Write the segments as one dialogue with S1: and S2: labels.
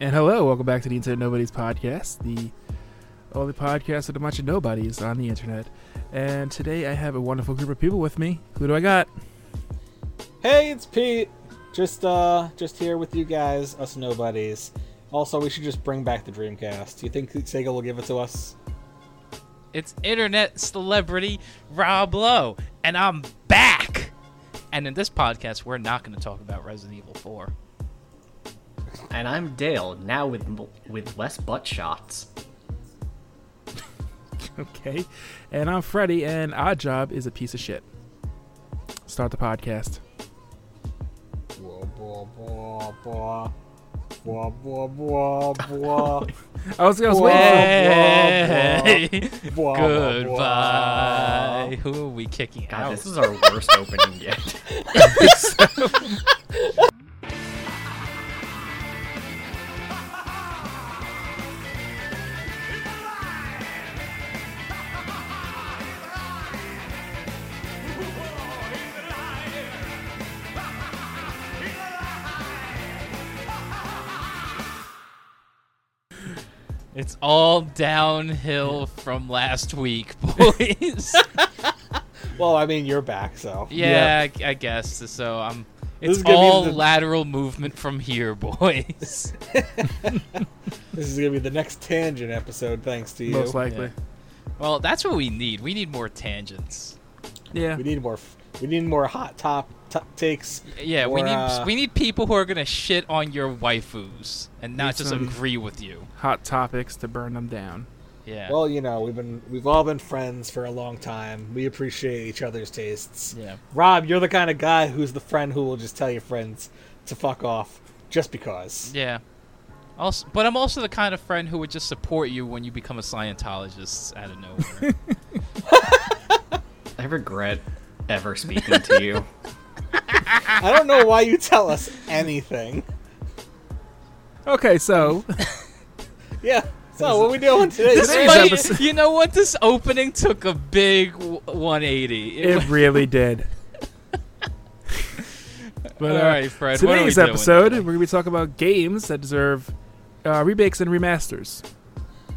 S1: And hello, welcome back to the Internet Nobodies podcast, the only podcast with a bunch of nobodies on the internet. And today I have a wonderful group of people with me. Who do I got?
S2: Hey, it's Pete. Just uh just here with you guys, us nobodies. Also, we should just bring back the Dreamcast. Do you think Sega will give it to us?
S3: It's internet celebrity Rob Lowe, and I'm back. And in this podcast, we're not going to talk about Resident Evil 4.
S4: And I'm Dale, now with m- with less butt shots.
S1: Okay. And I'm Freddy, and our job is a piece of shit. Start the podcast.
S2: Blah, blah, blah, blah. Blah, blah, blah, blah.
S1: I was, I was waiting for
S2: blah,
S3: Hey,
S2: blah, blah.
S3: goodbye. Who are we kicking
S4: God,
S3: out?
S4: this is our worst opening yet.
S3: It's all downhill from last week, boys.
S2: Well, I mean, you're back, so.
S3: yeah, I, I guess. So I'm.
S2: This
S3: It's
S2: is gonna be
S3: all
S2: the-
S3: lateral movement from here, boys.
S2: This is going to be the next tangent episode, thanks to you.
S1: most likely.
S3: well, that's what we need. We need more tangents.
S1: Yeah.
S2: We need more. f- We need more hot top t- takes.
S3: Yeah, we
S2: Or,
S3: need
S2: uh,
S3: we need people who are gonna shit on your waifus and not just
S1: some-
S3: agree with you.
S1: Hot topics to burn them down.
S3: Yeah.
S2: Well, you know, we've been we've all been friends for a long time. We appreciate each other's tastes.
S3: yeah.
S2: Rob, you're the kind of guy who's the friend who will just tell your friends to fuck off just because.
S3: Yeah. Also, but I'm also the kind of friend who would just support you when you become a Scientologist out of nowhere.
S4: I regret ever speaking to you.
S2: I don't know why you tell us anything.
S1: Okay, so
S2: Yeah. So what we doing today?
S3: this
S1: Today's
S3: might-
S1: episode-
S3: you know what? This opening took a big w- 180. It
S1: it
S3: was-
S1: really did.
S3: all
S1: uh,
S3: right, Fred. what are we
S1: Today's
S3: doing
S1: episode,
S3: today?
S1: we're going to be talking about games that deserve uh, remakes and remasters.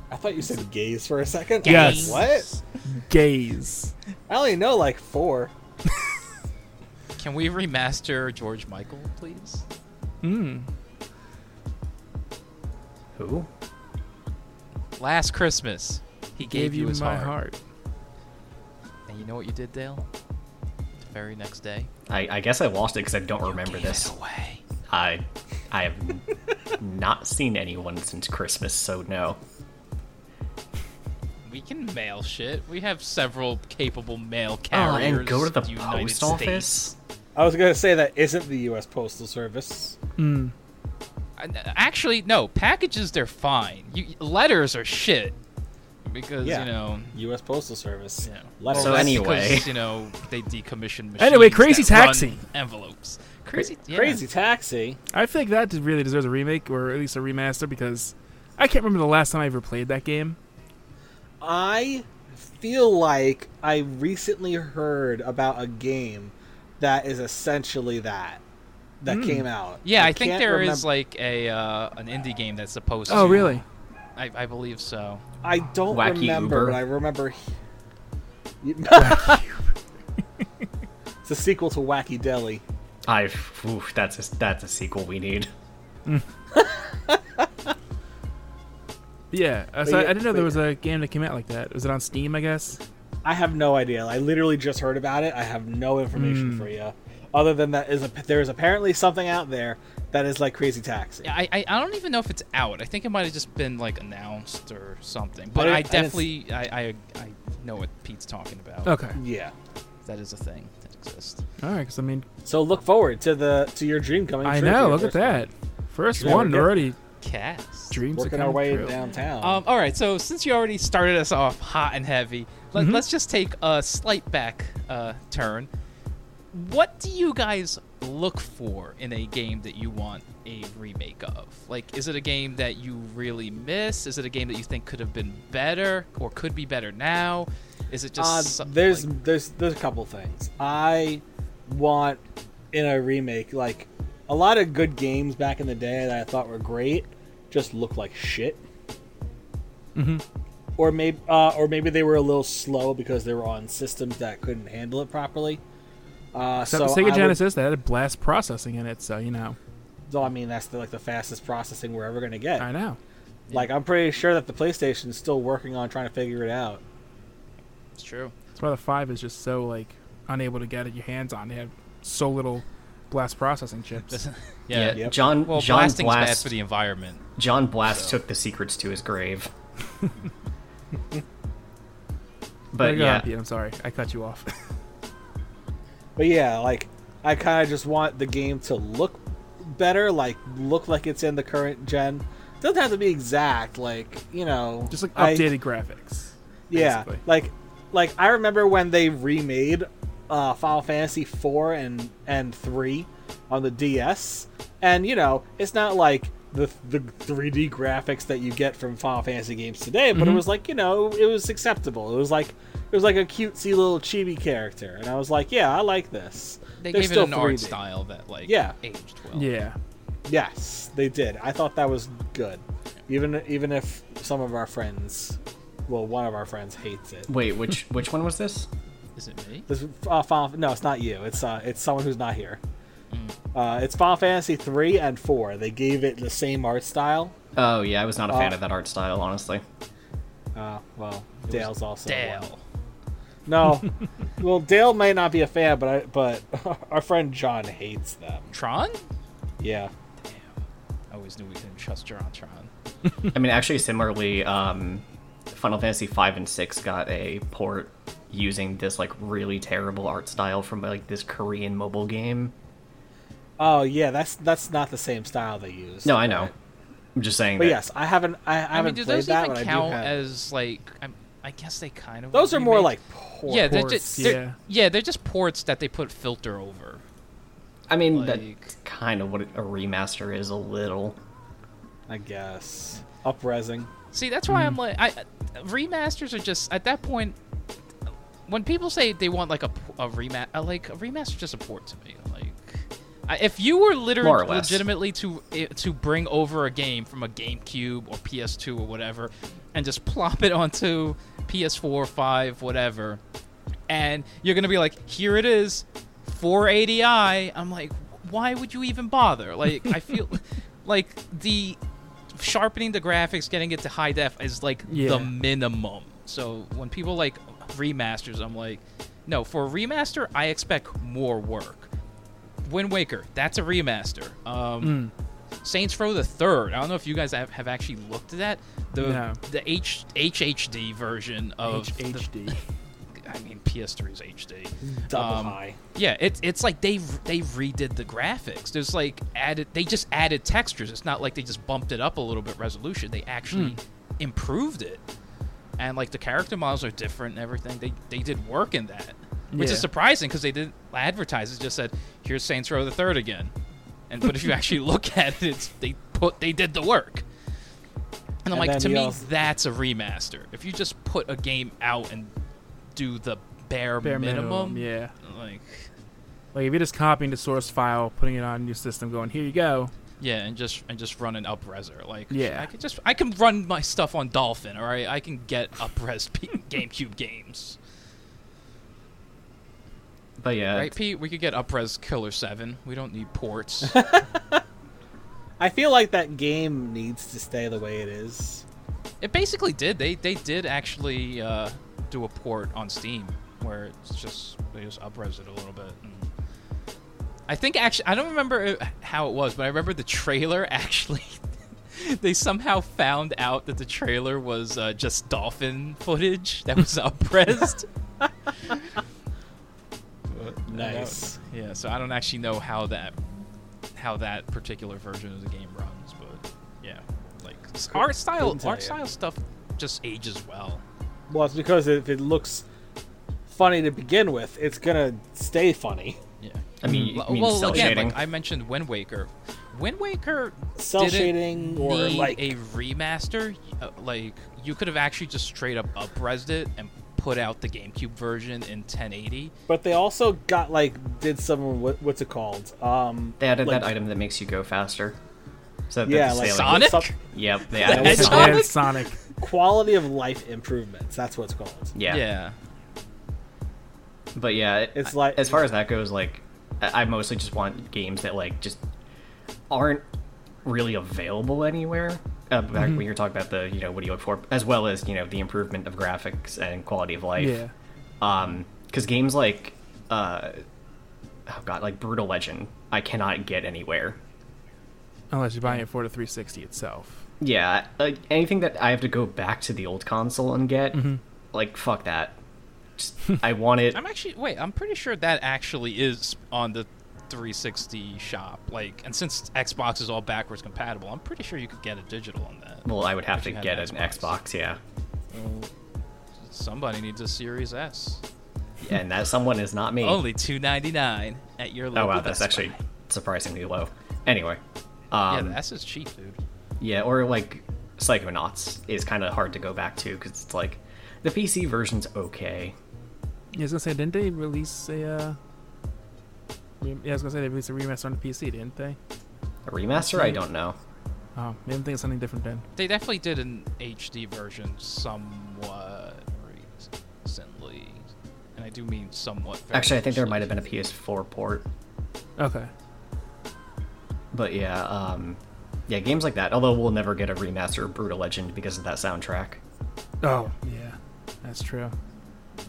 S2: I thought you said gays for a second.
S1: Yes.
S2: What?
S1: Gays.
S2: I only know like four.
S3: Can we remaster George Michael, please?
S1: Hmm.
S4: Who?
S3: Last Christmas, he gave,
S1: Gave you
S3: his
S1: my
S3: heart.
S1: heart.
S3: And you know what you did, Dale? The very next day,
S4: I, I guess I lost it because I don't
S3: you
S4: remember
S3: gave it
S4: this.
S3: away.
S4: I I have n- not seen anyone since Christmas, so no.
S3: We can mail shit. We have several capable mail
S4: Oh,
S3: carriers.
S4: and go to the
S3: in United
S4: post
S3: States.
S4: office.
S2: I was gonna say that isn't the U.S. Postal Service.
S1: Hmm.
S3: Uh, Actually, no. Packages, they're fine. You, letters are shit because
S2: Yeah.
S3: you know.
S2: U.S. Postal Service.
S3: Yeah.
S2: Letters.
S4: So
S3: that's
S4: anyway.
S3: because, you know they decommissioned machines.
S1: Anyway, Crazy
S3: that run
S1: Taxi.
S3: envelopes. Crazy, yeah.
S2: Crazy taxi.
S1: I think that d- really deserves a remake or at least a remaster because I can't remember the last time I ever played that game.
S2: I feel like I recently heard about a game that is essentially that that came out.
S3: Hmm. Yeah, I,
S2: can't
S3: think there is
S2: remem-
S3: like a uh, an indie game that's supposed.
S1: Oh,
S3: to,
S1: really?
S3: I, I believe so.
S2: I don't
S4: Wacky
S2: remember,
S4: Uber.
S2: but I remember. he- You- it's a sequel to Wacky Deli.
S4: I've oof, that's a, that's a sequel we need.
S1: Yeah. uh, so
S2: But
S1: I, I
S2: yeah-
S1: didn't know
S2: but
S1: there was a game that came out like that. Was it on Steam, I guess?
S2: I have no idea. I literally just heard about it. I have no
S3: Hmm.
S2: information for you, other than that is a, there is apparently something out there that is like Crazy Taxi.
S3: Yeah, I, I I don't even know if it's out. I think it might have just been like announced or something. But
S2: didn't-
S3: I,
S2: I didn't s-
S3: definitely I, I I know what Pete's talking about.
S1: Okay.
S2: Yeah.
S3: That is a thing that exists.
S1: All right. Because I mean,
S2: So look forward to the to your dream coming.
S1: I
S2: true for
S1: know. Look
S2: your
S1: at
S2: first one.
S1: that. First
S2: Yeah, we're
S1: one
S2: getting-
S1: already.
S3: Cast.
S1: Dreams
S2: Working
S1: are
S2: our
S1: coming
S2: way
S1: true.
S2: downtown.
S3: Um, all right, so since you already started us off hot and heavy, let, us just take a slight back uh, turn. What do you guys look for in a game that you want a remake of? Like, is it a game that you really miss? Is it a game that you think could have been better or could be better now? Is it just
S2: Uh,
S3: some-
S2: there's
S3: like-
S2: there's there's a couple things I want in a remake. Like a lot of good games back in the day that I thought were great just looked like shit.
S1: Mhm.
S2: Or maybe, uh, or maybe they were a little slow because they were on systems that couldn't handle it properly. Uh,
S1: Except
S2: so
S1: the Sega
S2: I would-
S1: Genesis, that had blast processing in it, so you know.
S2: so, I mean, that's the, like the fastest processing we're ever gonna get.
S1: I know.
S2: Like, I'm pretty sure that the PlayStation is still working on trying to figure it out.
S3: It's true.
S1: That's why the five is just so like unable to get your hands on. They have so little blast processing chips.
S3: Yeah.
S2: Yep.
S4: John
S3: Well,
S4: John
S3: blasting's bad
S4: Blast
S3: for the environment.
S4: John Blast took the secrets to his grave.
S1: Go
S4: but
S1: on,
S4: yeah,
S1: Pete, I'm sorry, I cut you off.
S2: But yeah, like I kind of just want the game to look better, like look like it's in the current gen. Doesn't have to be exact, like you know,
S1: just like
S2: I-
S1: updated graphics.
S2: yeah,
S1: basically.
S2: like like I remember when they remade uh, Final Fantasy four and and three on the DS, and you know, it's not like the the 3D graphics that you get from Final Fantasy games today, but it was like you know, it was acceptable. It was like it was like a cutesy little chibi character, and I was like, yeah, I like this.
S3: They
S2: They're
S3: gave it
S2: still
S3: an art
S2: 3D.
S3: style that like
S2: Yeah.
S3: aged
S2: Oh.
S3: well.
S1: Yeah.
S2: Yes, they did. I thought that was good. Even even if some of our friends, well, one of our friends hates it.
S4: wait, which which one was this?
S3: Is it me?
S2: This uh, Final, no, it's not you. It's uh, it's someone who's not here.
S3: Hmm.
S2: Uh, it's Final Fantasy three and four. They gave it the same art style.
S4: Oh yeah, I was not a fan
S2: Uh,
S4: of that art style, honestly.
S2: Uh, well, Dale's also one.
S3: Dale.
S2: No, well, Dale may not be a fan, but I, but our friend John hates them.
S3: Tron?
S2: Yeah,
S3: Damn. I always knew we couldn't trust John Tron.
S4: I mean, actually, similarly, um, Final Fantasy V and Six got a port using this like really terrible art style from like this Korean mobile game.
S2: oh yeah, that's that's not the same style they use.
S4: No, I know. I'm just saying.
S2: But
S4: that-
S2: yes, I haven't I, I
S3: I,
S2: haven't
S3: mean, do
S2: played
S3: those
S2: that,
S3: even
S2: but I do
S3: count
S2: have-
S3: as like? I'm, I guess they kind of.
S2: Those
S3: were
S2: are more
S3: remade-
S2: like poor.
S3: yeah, they're
S1: ports,
S3: just they're, yeah. they're just ports that they put filter over.
S4: I mean that's
S3: Like-
S4: kind of what a remaster is a little.
S2: I guess upresing.
S3: See, that's why I'm like, I uh, remasters are just at that point. When people say they want like a, p- a remat, uh, like a remaster, just a port to me. Like, I, if you were
S4: More or
S3: literally
S4: less.
S3: legitimately to eh, to bring over a game from a GameCube or PS2 or whatever, and just plop it onto PS4, five, whatever, and you're gonna be like, here it is, 480i. I'm like, why would you even bother? Like, I feel like the sharpening the graphics, getting it to high def is like
S1: Yeah.
S3: the minimum. So when people like remasters, I'm like, no, for a remaster, I expect more work. Wind Waker, that's a remaster.
S1: Mm.
S3: Um, Saints Row the Third. I don't know if you guys have, have actually looked at that. The
S1: No.
S3: the H, HHD version of the-
S1: HHD.
S3: I mean, PS3 is HD.
S2: Double
S3: Um,
S2: high.
S3: Yeah, it's it's like they they redid the graphics. There's like added they just added textures. It's not like they just bumped it up a little bit resolution. They actually
S2: Hmm.
S3: improved it, and like the character models are different and everything. They they did work in that, which
S1: Yeah.
S3: is surprising because they didn't advertise. It just said here's Saints Row the Third again, and but if you actually look at it, it's, they put they did the work. And
S2: And
S3: I'm like,
S2: then
S3: to
S2: you
S3: me,
S2: also-
S3: that's a remaster. If you just put a game out and do the bare,
S1: Bare minimum. Yeah.
S3: like
S1: Like if you're just copying the source file, putting it on your system, going here you go.
S3: yeah, and just and just run an upreser. Like
S1: Yeah.
S3: I could just I can run my stuff on Dolphin. All right, I can get upres P- GameCube games.
S4: But yeah,
S3: Right, Pete? We could get upres Killer Seven. We don't need ports.
S2: I feel like that game needs to stay the way it is.
S3: it basically did. They they did actually uh, do a port on Steam where it's just they just upres it a little bit. And I think actually I don't remember it- how it was, but I remember the trailer actually. They somehow found out that the trailer was uh, just dolphin footage that was upressed.
S2: Nice.
S3: yeah, so I don't actually know how that how that particular version of the game runs, but yeah, like s- art style
S2: couldn't tell
S3: art
S2: you.
S3: style stuff just ages well.
S2: Well, it's because if it looks funny to begin with, it's gonna stay funny.
S3: Yeah.
S4: I mean, you
S3: Mm, Well,
S4: mean
S3: well,
S4: cell
S3: again,
S4: shading.
S3: like I mentioned, Wind Waker. Wind Waker
S2: Cell
S3: didn't
S2: shading or,
S3: need
S2: like-
S3: a remaster. Uh, like you could have actually just straight up upresed it and put out the GameCube version in 1080.
S2: But they also got like did some what, what's it called? Um,
S4: They added
S2: like-
S4: that item that makes you go faster. So
S2: Yeah,
S4: they
S2: like
S4: say,
S3: Sonic?
S2: some-
S4: Yep. Yeah.
S2: The
S4: that was
S3: Hedgehog?
S4: Sonic.
S1: And Sonic.
S2: quality of life improvements. That's what it's called.
S4: Yeah.
S3: yeah.
S4: But yeah,
S2: It's
S4: it's
S2: like-
S4: like as far as that goes, like I I mostly just want games that like just aren't really available anywhere. Uh, back when you're talking about the you know what do you look for, as well as you know the improvement of graphics and quality of life.
S1: Yeah.
S4: Um, because games like uh, oh god, like Brutal Legend, I cannot get anywhere.
S1: Unless you're buying it for the 360 itself.
S4: Yeah, like anything that I have to go back to the old console and get, like fuck that. Just, I want it.
S3: I'm actually wait. I'm pretty sure that actually is on the 360 shop. Like, and since Xbox is all backwards compatible, I'm pretty sure you could get a digital on that.
S4: Well, I would have
S3: If
S4: to
S3: you had
S4: get
S3: an
S4: an
S3: Xbox.
S4: Xbox. Yeah.
S3: Somebody needs a Series S.
S4: and that someone is not me.
S3: Only 2.99 at your
S4: oh
S3: local.
S4: wow, that's
S3: Best
S4: actually
S3: Buy.
S4: surprisingly low. Anyway,
S3: Yeah,
S4: um,
S3: the
S4: yeah,
S3: S is cheap, dude.
S4: or like Psychonauts is kind of hard to go back to because it's like the PC version's okay.
S1: Yeah, I was gonna say, didn't they release a? Uh... rem- Yeah, I was gonna say they released a remaster on the PC, didn't they?
S4: A remaster,
S3: Hmm.
S4: I don't know.
S1: Oh, maybe I'm thinking something different then.
S3: They definitely did an HD version somewhat recently, and I do mean somewhat. very
S4: Actually, I think there
S3: recently.
S4: might have been a PS4 port,
S1: Okay.
S4: but yeah, um, yeah, games like that. Although we'll never get a remaster of Brutal Legend because of that soundtrack.
S1: Oh, yeah, that's true.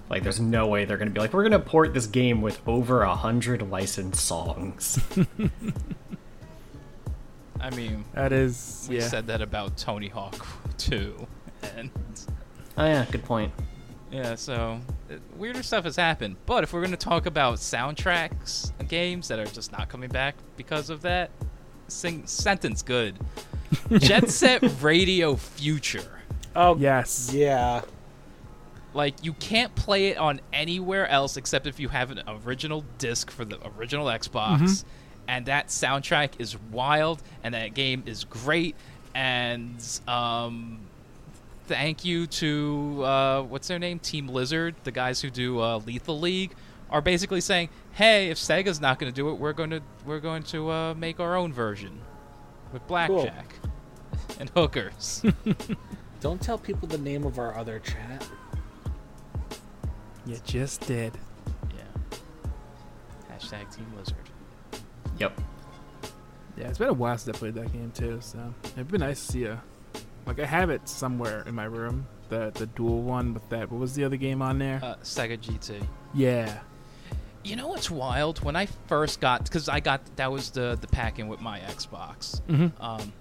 S4: Like, there's no way they're gonna be like, we're gonna port this game with over a hundred licensed songs.
S3: I mean,
S1: That is.
S3: we
S1: yeah.
S3: said that about Tony Hawk 2, and.
S4: oh yeah, good point.
S3: Yeah, so uh, weirder stuff has happened. But if we're going to talk about soundtracks and games that are just not coming back because of that, sing sentence good. Jet Set Radio Future.
S2: Oh
S1: Yes.
S2: yeah.
S3: Like you can't play it on anywhere else except if you have an original disc for the original Xbox. And that soundtrack is wild, and that game is great. And um, thank you to uh, what's their name, Team Lizard, the guys who do uh, Lethal League, are basically saying, "Hey, if Sega's not going to do it, we're going to we're going to uh, make our own version with blackjack and hookers."
S2: Don't tell people the name of our other chat.
S1: You just did.
S3: Yeah. Hashtag Team Lizard.
S4: Yep.
S1: Yeah, it's been a while since I played that game too. So it'd be nice to see a. Like I have it somewhere in my room. The the dual one with that. What was the other game on there?
S3: Uh, Sega GT.
S1: yeah.
S3: You know what's wild? When I first got, because I got that was the the pack-in with my Xbox.
S1: Mm-hmm.
S3: Um,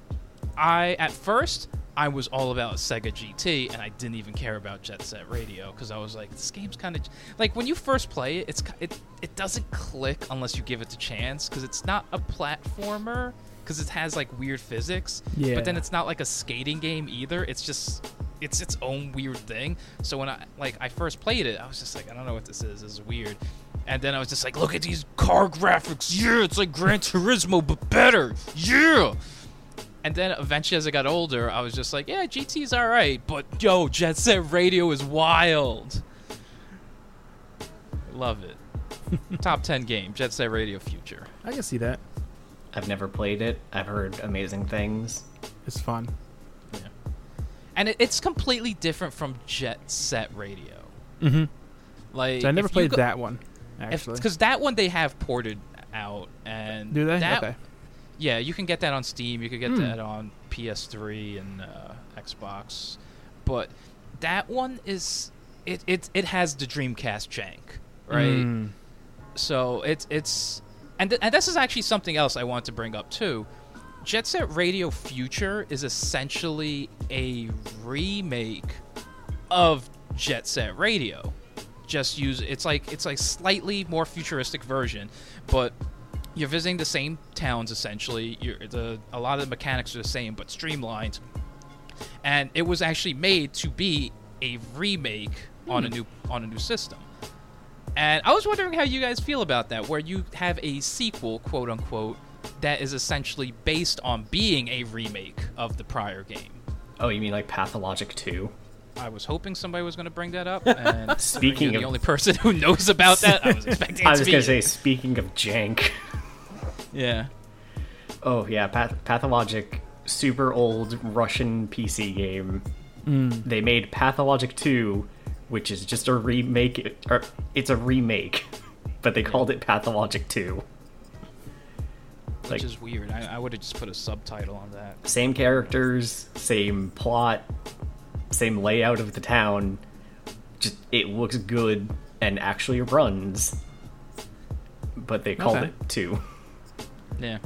S3: I at first I was all about Sega GT, and I didn't even care about Jet Set Radio because I was like, this game's kind of like when you first play it, it's ki- it it doesn't click unless you give it the chance because it's not a platformer because it has like weird physics.
S1: Yeah.
S3: But then it's not like a skating game either. It's just it's its own weird thing. So when I like I first played it, I was just like, I don't know what this is. This is weird. And then I was just like, look at these car graphics. Yeah, it's like Gran Turismo but better. Yeah. And then eventually, as I got older, I was just like, yeah, GT's all right, but yo, Jet Set Radio is wild. Love it. Top 10 game, Jet Set Radio Future.
S1: I can see that.
S4: I've never played it. I've heard amazing things.
S1: It's fun.
S3: And it, it's completely different from Jet Set Radio.
S1: Mm-hmm.
S3: Like,
S1: So I never
S3: if you
S1: played
S3: go-
S1: that one. Actually.
S3: Because that one they have ported out. and
S1: Do they?
S3: That,
S1: okay.
S3: Yeah, you can get that on Steam. You could get
S1: Hmm.
S3: that on PS3 and uh, Xbox, but that one is it, it it has the Dreamcast jank, right?
S1: Mm.
S3: So it's it's and th- and this is actually something else I want to bring up too. Jet Set Radio Future is essentially a remake of Jet Set Radio. Just use it's like it's like slightly more futuristic version, but you're visiting the same towns essentially. You're the a lot of the mechanics are the same but streamlined. And it was actually made to be a remake on a new on a new system. And I was wondering how you guys feel about that, where you have a sequel, quote unquote, that is essentially based on being a remake of the prior game.
S4: Oh, you mean like Pathologic 2?
S3: I was hoping somebody was going to bring that up, and considering
S4: Speaking
S3: you're the
S4: of-
S3: only person who knows about that, I was expecting.
S4: I
S3: it
S4: was
S3: to
S4: just
S3: be
S4: gonna
S3: you.
S4: say, speaking of jank,
S3: yeah.
S4: oh yeah, Path- Pathologic, super old Russian PC game.
S3: Hmm.
S4: They made Pathologic Two, which is just a remake. Or it's a remake, but they called it Pathologic Two.
S3: which
S4: like-
S3: is weird. I, I would have just put a subtitle on that.
S4: Same characters, same plot, same layout of the town. Just it looks good and actually runs, but they called
S1: Okay.
S4: it Two.
S3: Yeah.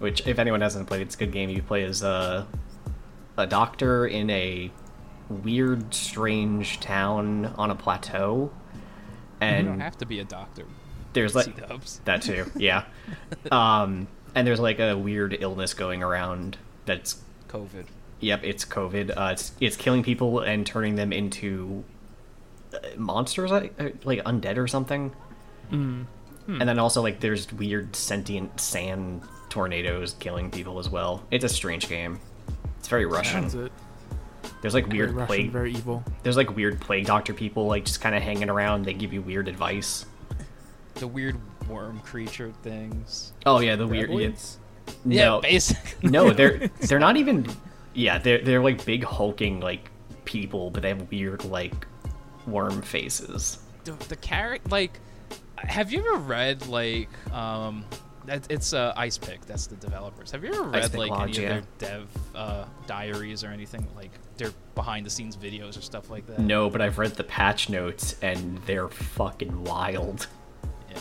S4: which if anyone hasn't played it's a good game you play as a, a doctor in a weird strange town on a plateau
S3: You don't
S4: and
S3: have to be a doctor.
S4: there's like
S3: C-dubs.
S4: that too yeah um, and there's like a weird illness going around that's
S3: COVID.
S4: yep it's covid uh, it's, it's killing people and turning them into uh, monsters I- uh, like undead or something
S1: Mm. Hmm.
S4: and then also like there's weird sentient sand tornadoes killing people as well. It's a strange game. It's very
S1: That's
S4: Russian.
S1: it.
S4: There's like
S1: Very
S4: weird
S1: Russian,
S4: plague.
S1: very evil.
S4: There's like weird plague doctor people like just kind of hanging around. They give you weird advice.
S3: The weird worm creature things.
S4: Oh yeah, the weird. Yeah,
S2: Graboids?
S4: no,
S3: Yeah, basically.
S4: no, they're they're not even. Yeah, they're they're like big hulking like people, but they have weird like worm faces.
S3: the, the character like have you ever read like um that- it's uh, ice pick that's the developers have you ever
S4: Ice
S3: read
S4: Pick
S3: like
S4: Lodge,
S3: any
S4: yeah.
S3: of their dev uh, diaries or anything like their behind the scenes videos or stuff like that
S4: No, but I've read the patch notes and they're fucking wild.
S3: yeah.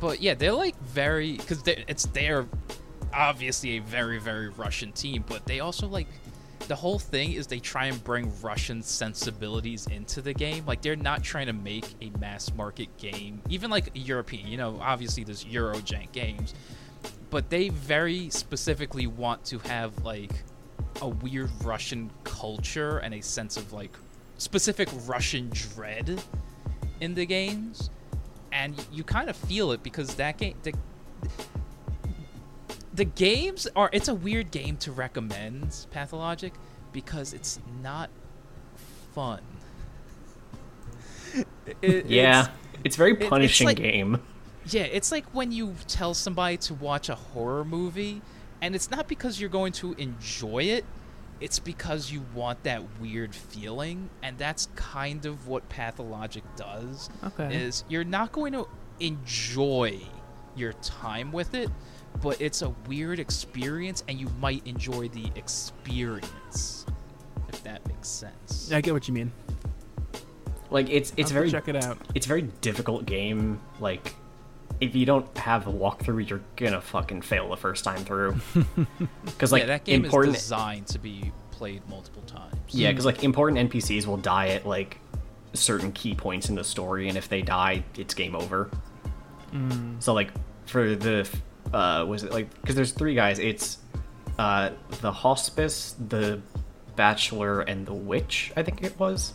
S3: but yeah they're like very because it's they're obviously a very very russian team but they also like the whole thing is they try and bring russian sensibilities into the game like they're not trying to make a mass market game even like european you know obviously there's eurojank games but they very specifically want to have like a weird russian culture and a sense of like specific russian dread in the games and you kind of feel it because that game the, the games are it's a weird game to recommend pathologic because it's not fun It-
S4: Yeah, it's, very
S3: it's
S4: punishing
S3: like-
S4: game.
S3: it's- yeah it's like when you tell somebody to watch a horror movie and it's not because you're going to enjoy it it's because you want that weird feeling and that's kind of what pathologic does
S1: Okay.
S3: is you're not going to enjoy your time with it, but it's a weird experience and you might enjoy the experience. If that makes sense.
S1: I get what you mean.
S4: Like it's it's
S1: I'll have
S4: very
S1: to check it out.
S4: it's a very difficult game. Like, if you don't have a walkthrough, you're gonna fucking fail the first time through. Because like
S3: yeah, that game
S4: important,
S3: is designed to be played multiple times.
S4: yeah, because like important NPCs will die at like certain key points in the story, and if they die, it's game over. So like for the uh, was it like because there's three guys. It's uh, the hospice, the bachelor, and the witch. I think it was.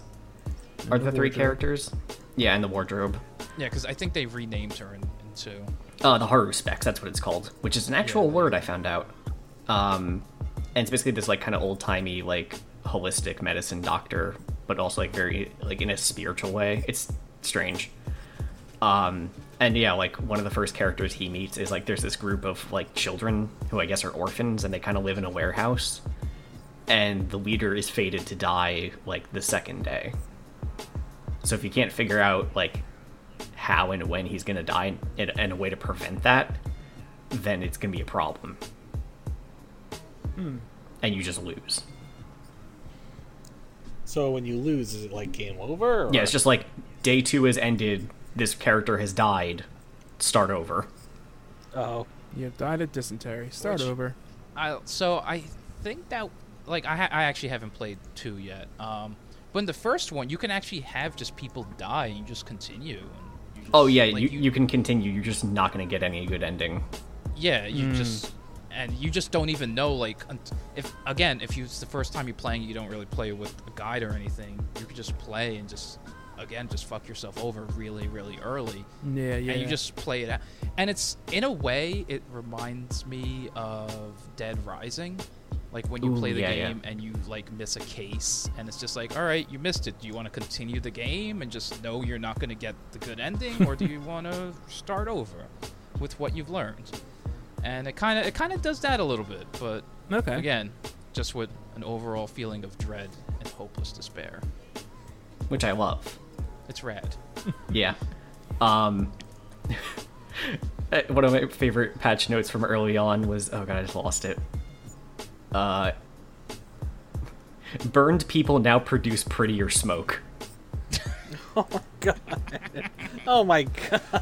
S4: Are the,
S1: the
S4: three
S1: wardrobe.
S4: characters? Yeah, and the wardrobe.
S3: Yeah, because I think they renamed her in, in two.
S4: Uh, the Haru specs, that's what it's called, which is an actual word I found out. Um, and it's basically this like kind of old timey like holistic medicine doctor, but also like very like in a spiritual way. It's strange. Um, and yeah, like one of the first characters he meets is like there's this group of like children who I guess are orphans and they kind of live in a warehouse. And the leader is fated to die like the second day. So if you can't figure out like how and when he's going to die and, and a way to prevent that, then it's going to be a problem. And you just lose.
S2: So when you lose, is it like game over? Or?
S4: Yeah, it's just like day two has ended. This character has died. Start over.
S2: Oh,
S1: You have died of dysentery. Start
S2: Which-
S1: over.
S3: I so I think that like I ha- I actually haven't played two yet. Um, but in the first one, you can actually have just people die and you just continue. And you just,
S4: Oh yeah,
S3: like,
S4: you, you can continue. You're just not going to get any good ending.
S3: Yeah, you
S4: Hmm.
S3: just and you just don't even know like unt- if again if you it's the first time you're playing you don't really play with a guide or anything you could just play and just again just fuck yourself over really really early
S1: Yeah, yeah.
S3: and you just play it out and it's in a way it reminds me of Dead Rising like when you
S4: Ooh,
S3: play the
S4: yeah, yeah.
S3: game and you like miss a case and it's just like all right you missed it do you want to continue the game and just know you're not going to get the good ending or do you want to start over with what you've learned and it kind of it kind of does that a little bit, but
S1: Okay.
S3: again, just with an overall feeling of dread and hopeless despair.
S4: which I love.
S3: It's rad.
S4: Yeah. Um, eh, one of my favorite patch notes from early on was oh god, I just lost it. Uh, burned people now produce prettier smoke.
S2: Oh my god.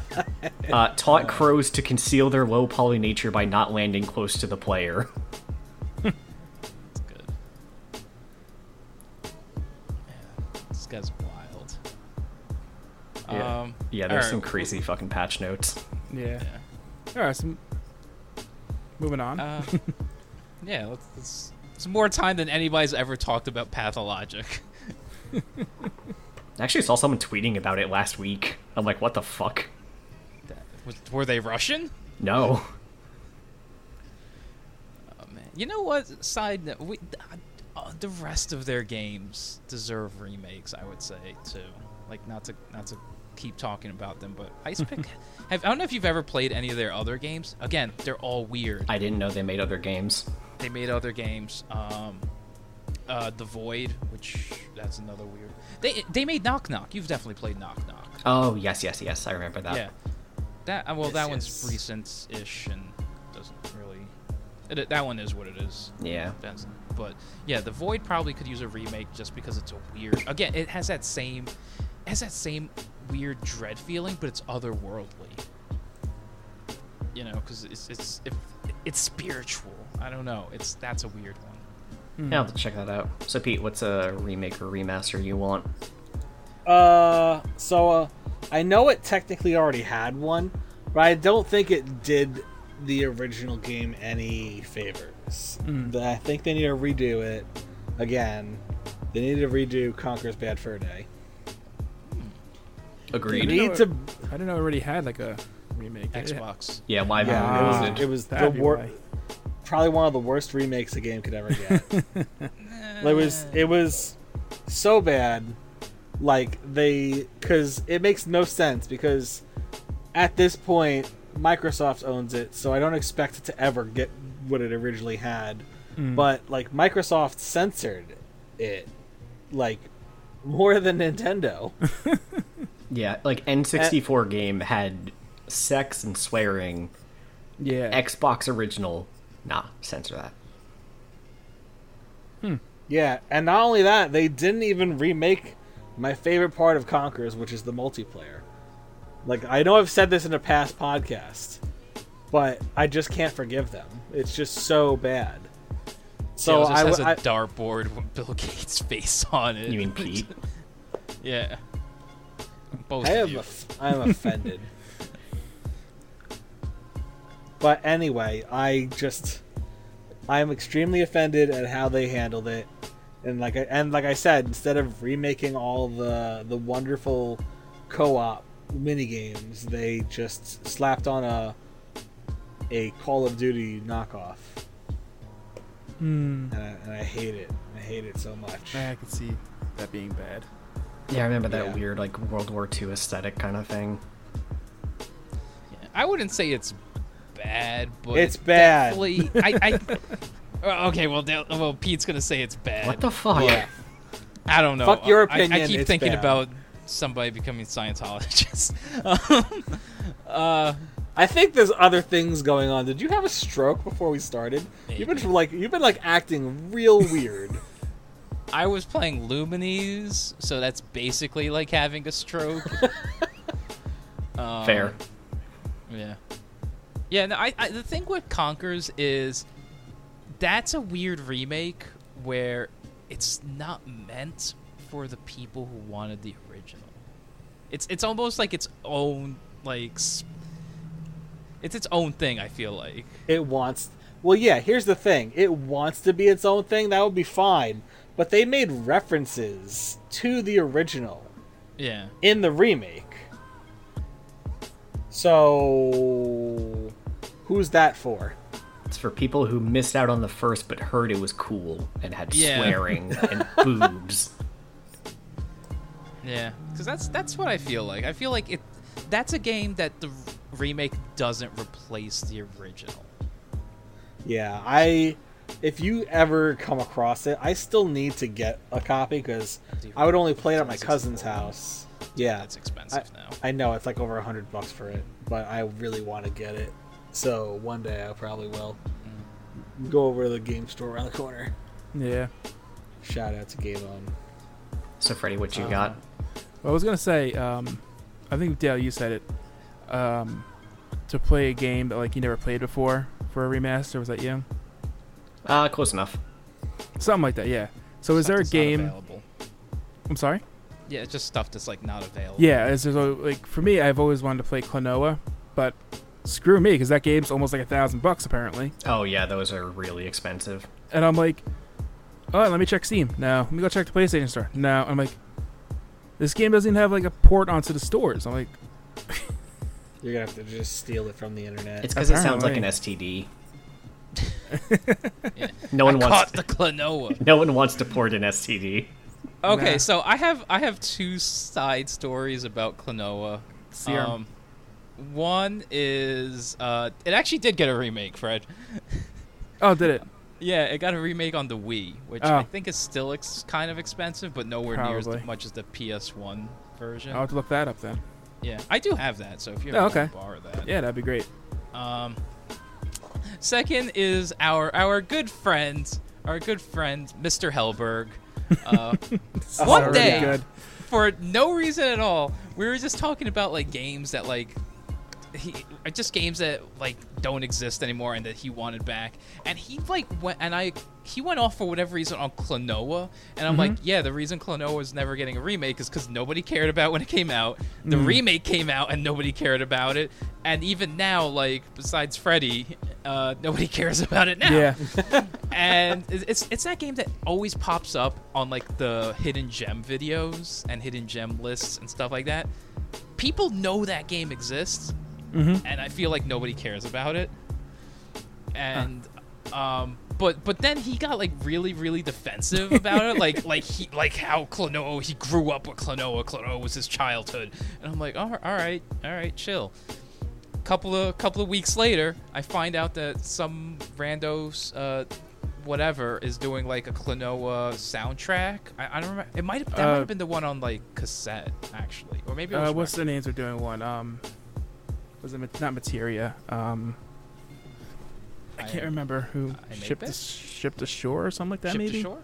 S4: Uh, taught crows to conceal their low poly nature by not landing close to the player.
S3: It's good. Yeah, this guy's wild.
S4: Yeah.
S3: Um,
S4: yeah, there's
S3: alright,
S4: some crazy fucking patch notes.
S1: Yeah.
S3: Yeah.
S1: All right. Some. Moving on.
S3: Uh, yeah, let's, let's, it's more time than anybody's ever talked about pathologic.
S4: I actually saw someone tweeting about it last week. I'm like, what the fuck?
S3: That- was, were they Russian?
S4: No.
S3: Oh, man. You know what? Side note, we, uh, uh, the rest of their games deserve remakes. I would say too. Like not to not to keep talking about them, but Ice Pick. have, I don't know if you've ever played any of their other games. Again, they're all weird.
S4: I didn't know they made other games.
S3: they made other games. Um, uh, the Void, which that's another weird. They they made Knock Knock. You've definitely played Knock Knock.
S4: Oh, yes, yes, yes. I remember that.
S3: Yeah. That uh, well, that
S2: Yes,
S3: one's
S2: yes.
S3: recent-ish and doesn't really. It, that one is what it is.
S4: Yeah.
S3: Depends. But yeah, the Void probably could use a remake just because it's a weird. Again, it has that same, it has that same weird dread feeling, but it's otherworldly. You know, because it's it's if it's spiritual. I don't know. It's that's a weird one.
S1: Hmm.
S4: Yeah, I'll have to check that out. So, Pete, what's a remake or remaster you want?
S2: Uh, so uh, I know it technically already had one, but I don't think it did the original game any favors. But I think they need to redo it again. They need to redo Conker's Bad Fur Day. They
S4: Agreed.
S1: Agreed.
S2: need to.
S1: I didn't know it already had like a remake. It-
S3: Xbox.
S4: Yeah, live
S2: Yeah,
S4: and
S2: it was,
S4: revisited.
S2: it was the
S1: That'd be
S2: wor-
S1: why.
S2: probably one of the worst remakes a game could ever get. it was it was so bad like they because it makes no sense because at this point microsoft owns it so i don't expect it to ever get what it originally had but like microsoft censored it like more than nintendo
S4: Yeah, like N64 game had sex and swearing.
S1: Yeah.
S4: Xbox original, nah, censor that.
S2: yeah and not only that they didn't even remake my favorite part of conquerors which is the multiplayer like i know i've said this in a past podcast but i just can't forgive them it's just so bad so
S3: So just
S2: I,
S3: has
S2: w-
S3: a
S2: I-
S3: dartboard with Bill Gates' face on it.
S4: You mean Pete?
S3: Yeah. Both
S2: I am
S3: of you.
S2: off- I am offended. but anyway, I just I am extremely offended at how they handled it, and like I, and like I said, instead of remaking all the the wonderful co-op minigames, they just slapped on a a Call of Duty knockoff,
S1: Hmm.
S2: and I, and I hate it. I hate it so much.
S1: I could see that being bad.
S4: Yeah, I remember that
S2: Yeah.
S4: weird like World War II aesthetic kind of thing.
S3: Yeah. I wouldn't say it's bad, but
S2: It's
S3: it
S2: bad.
S3: definitely- I, I, Uh, okay, well, Dale- well, Pete's gonna say it's bad.
S4: What the
S3: Oh,
S4: fuck?
S2: Yeah.
S3: I don't know.
S2: Fuck your
S3: I- I,
S2: opinion,
S3: keep
S2: it's
S3: thinking
S2: bad.
S3: about somebody becoming Scientologist. um, uh,
S2: I think there's other things going on. Did you have a stroke before we started? You've been like you've been like acting real weird.
S3: I was playing Lumines, so that's basically like having a stroke. um,
S4: Fair.
S3: Yeah. Yeah, no, I, I the thing with Conkers is that's a weird remake where it's not meant for the people who wanted the original. It's it's almost like its own like s- it's its own thing, I feel like.
S2: It wants Well, yeah, here's the thing. It wants to be its own thing. That would be fine. But they made references to the original
S3: Yeah.
S2: in the remake. So who's that for?
S4: It's for people who missed out on the first but heard it was cool and had
S3: Yeah.
S4: swearing and boobs.
S3: Yeah, because that's that's what I feel like. I feel like it. That's a game that the remake doesn't replace the original.
S2: Yeah, I. If you ever come across it, I still need to get a copy because I would only play it at my cousin's house. Yeah,
S3: That's expensive now.
S2: I know it's like over a hundred bucks for it, but I really want to get it. So one day I probably will. Go over to the game store around the corner.
S1: Yeah.
S2: Shout out to Game On.
S4: So, Freddie, what you got?
S1: Well, I was gonna say, um, I think Dale, you said it. Um, to play a game that like you never played before for a remaster, was that you?
S4: Uh, close enough.
S1: Something like that, yeah. So is
S3: Stuff
S1: there a
S3: that's not
S1: game?
S3: available.
S1: I'm sorry.
S3: Yeah, just stuff that's like not available.
S1: Yeah, is there's al- like for me, I've always wanted to play Klonoa, but screw me because that game's almost like a thousand bucks apparently,
S4: Oh yeah, those are really expensive.
S1: and I'm like, oh, let me check Steam. No, let me go check the PlayStation Store. No, I'm like, this game doesn't even have like a port onto the stores. I'm like,
S2: You're gonna have to just steal it from the internet.
S4: It's because it sounds like an STD. No
S3: I
S4: one wants.
S3: caught the Klonoa.
S4: No one wants to port an STD.
S3: Okay,
S1: Nah.
S3: so I have I have two side stories about Klonoa.
S1: See 'em.
S3: one is uh, it actually did get a remake, Fred.
S1: oh, did it?
S3: Yeah, it got a remake on the Wii, which
S1: Oh.
S3: I think is still ex- kind of expensive, but nowhere near as
S1: Probably.
S3: much as the PS1 version.
S1: I'll have to look that up then.
S3: Yeah, I do have that, so if you
S1: Oh,
S3: ever want to
S1: okay.
S3: borrow that.
S1: Yeah, that'd be great.
S3: Um, second is our our good friend, our good friend, Mr. Hellberg. Uh,
S1: Already
S2: Oh,
S3: one day,
S1: good.
S3: for no reason at all, we were just talking about like games that like. He, uh, just games that like don't exist anymore and that he wanted back and he like went and i he went off for whatever reason on klonoa and i'm
S1: Mm-hmm.
S3: like yeah the reason klonoa is never getting a remake is because nobody cared about when it came out the
S1: Mm.
S3: remake came out and nobody cared about it and even now like besides freddy uh, nobody cares about it now
S1: Yeah.
S3: and it's- it's it's that game that always pops up on like the hidden gem videos and hidden gem lists and stuff like that. People know that game exists,
S1: Mm-hmm.
S3: and I feel like nobody cares about it. And um, but but then he got like really really defensive about it, like like he like how Klonoa he grew up with Klonoa. Klonoa was his childhood, and I'm like, all right, all right, all right, chill couple of couple of weeks later, I find out that some randos, uh, whatever, is doing like a Klonoa soundtrack. I, I don't remember. It might have that might
S1: Uh,
S3: have been the one on like cassette actually, or maybe it was
S1: Uh, what's
S3: record.
S1: the names we're doing one? Um, was it Mat- not Materia? Um, I can't
S3: I-
S1: remember who
S3: I make
S1: shipped
S3: bet.
S1: as- shipped ashore or something like that.
S3: Ship
S1: maybe
S3: to Shore?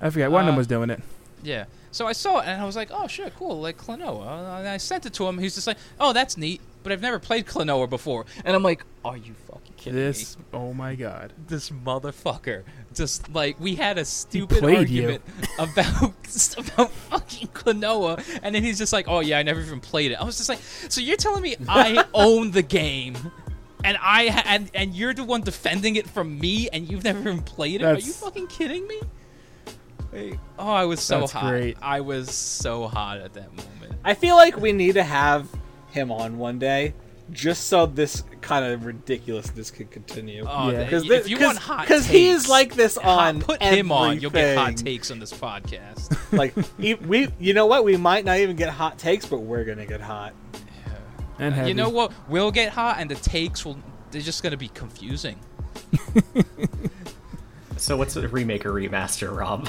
S1: I forget. One of them
S3: Uh,
S1: was doing it.
S3: Yeah. So I saw it and I was like, oh sure, cool, like Klonoa. And I sent it to him. He's just like, oh that's neat, but I've never played Klonoa before. And I'm like, are you fucking kidding me?
S1: This. Oh my god.
S3: this motherfucker just like we had a stupid
S1: played you.
S3: argument about about fucking Klonoa, and then he's just like, "Oh yeah, I never even played it." I was just like, "So you're telling me I own the game, and I ha- and and you're the one defending it from me, and you've never even played it? Are you
S1: That's-
S3: fucking kidding me?" Like, oh, I was so
S1: That's
S3: hot.
S1: great.
S3: I was so hot at that moment.
S2: I feel like we need to have him on one day, just so this kind of ridiculousness could continue.
S3: Oh,
S1: Yeah.
S3: that-
S2: Because
S3: if you want hot,
S2: because he is
S3: takes,
S2: like this
S3: hot-
S2: on
S3: put him on, you'll get hot
S2: everything.
S3: takes on this podcast.
S2: like e- we you know what we might not even get hot takes but we're gonna get hot
S1: And
S3: You
S1: heavy.
S3: know what? We'll get hot, and the takes will—they're just gonna be confusing.
S4: So what's a remake or remaster, Rob?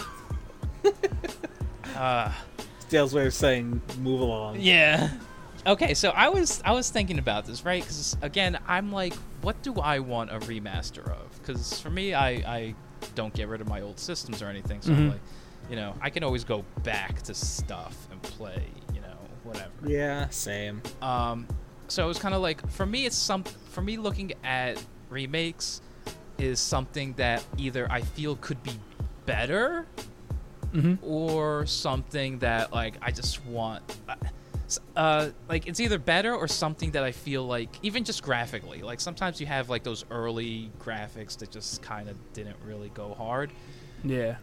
S2: dale's way of saying move along
S3: Yeah. Okay, so I was I was thinking about this, right? Because again, I'm like, what do I want a remaster of? Because for me, I I don't get rid of my old systems or anything, so
S1: Mm-hmm.
S3: I'm like, you know, I can always go back to stuff and play, you know, whatever.
S2: yeah same
S3: Um, so it was kind of like for me, it's some for me looking at remakes is something that either I feel could be better or something that like I just want. Uh, like it's either better or something that I feel like even just graphically. Like sometimes you have like those early graphics that just kind of didn't really go hard
S1: Yeah.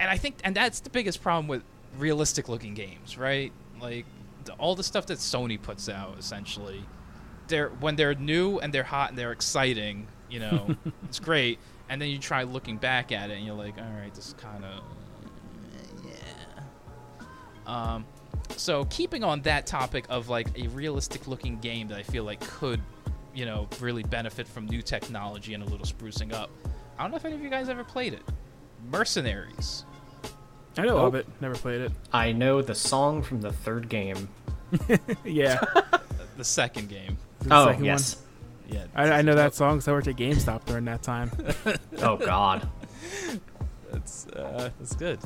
S3: and I think and that's the biggest problem with realistic looking games, right? Like the, all the stuff that Sony puts out essentially. They're when they're new and they're hot and they're exciting, you know, it's great. And then you try looking back at it and you're like, all right, this kind of yeah. Um so keeping on that topic of like a realistic looking game that I feel like could you know, really benefit from new technology and a little sprucing up. I don't know if any of you guys ever played it. Mercenaries.
S1: I know of
S2: Nope.
S1: it. Never played it.
S4: I know the song from the third game.
S1: Yeah.
S3: The second game.
S1: The
S4: Oh
S1: second
S4: yes.
S3: Yeah.
S1: One. I, I know that song because I worked at GameStop during that time.
S4: Oh god.
S3: That's uh, that's good.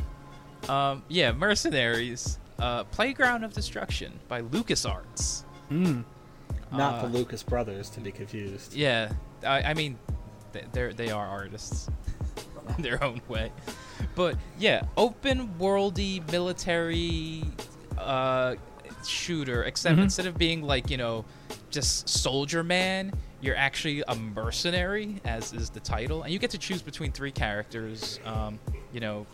S3: Um, yeah, Mercenaries, uh, Playground of Destruction by LucasArts.
S1: Hmm.
S2: Not
S3: Uh,
S2: the Lucas brothers to be confused.
S3: Yeah, I, I mean, th- they're they are artists in their own way, but yeah, open worldy military uh, shooter. Except
S4: Mm-hmm.
S3: instead of being like you know, just soldier man, you're actually a mercenary, as is the title, and you get to choose between three characters. Um, you know,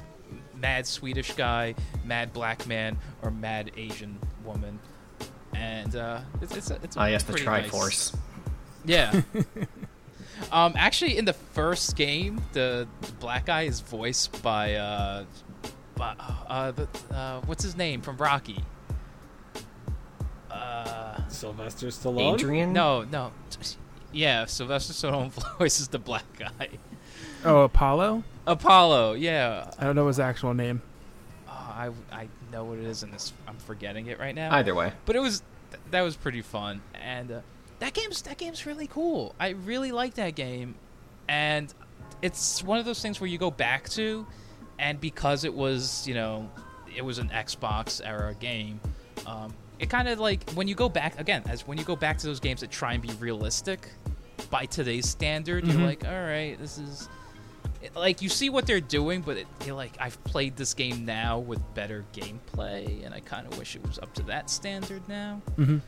S3: mad Swedish guy, mad black man, or mad Asian woman. And uh, it's it's a, it's a
S4: Ah yes, the
S3: pretty nice-
S4: Triforce.
S3: yeah. um, actually, in the first game, the, the black guy is voiced by uh, by, uh, the, uh what's his name from Rocky? Uh,
S2: Sylvester Stallone.
S4: Adrian.
S3: no, no, yeah, Sylvester Stallone voices the black guy.
S1: Oh, Apollo?
S3: Apollo, yeah.
S1: I don't know his actual name.
S3: Oh, I I know what it is, and this I'm forgetting it right now.
S4: Either way.
S3: but it was th- that was pretty fun and uh, that game's that game's really cool i really like that game and it's one of those things where you go back to and because it was you know it was an xbox era game um, it kind of like when you go back again as when you go back to those games that try and be realistic by today's standard
S1: Mhm.
S3: you're like all right this is it- like you see what they're doing, but it, you're like, I've played this game now with better gameplay, and I kind of wish it was up to that standard now.
S1: Mhm.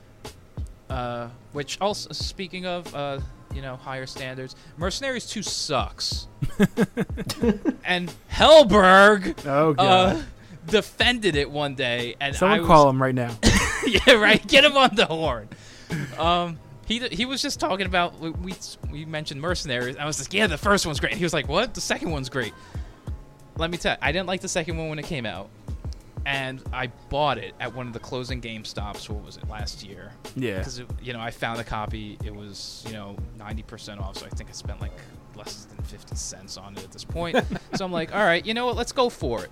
S3: Uh, which also, speaking of, uh, you know, higher standards, Mercenaries Two sucks, and Hellberg
S1: Oh, God.
S3: uh, defended it one day, and I
S1: Someone
S3: was,
S1: call him right now.
S3: yeah, right. Get him on the horn. Um, he he was just talking about we we, we mentioned mercenaries. I was like, yeah, the first one's great. And he was like, what? The second onene's great. Let me tell you, I didn't like the second one when it came out, and I bought it at one of the closing Game Stops. What was it last year?
S1: Yeah.
S3: Because you know I found a copy. It was you know ninety percent off, so I think I spent like less than fifty cents on it at this point. so I'm like, all right, you know what? Let's go for it.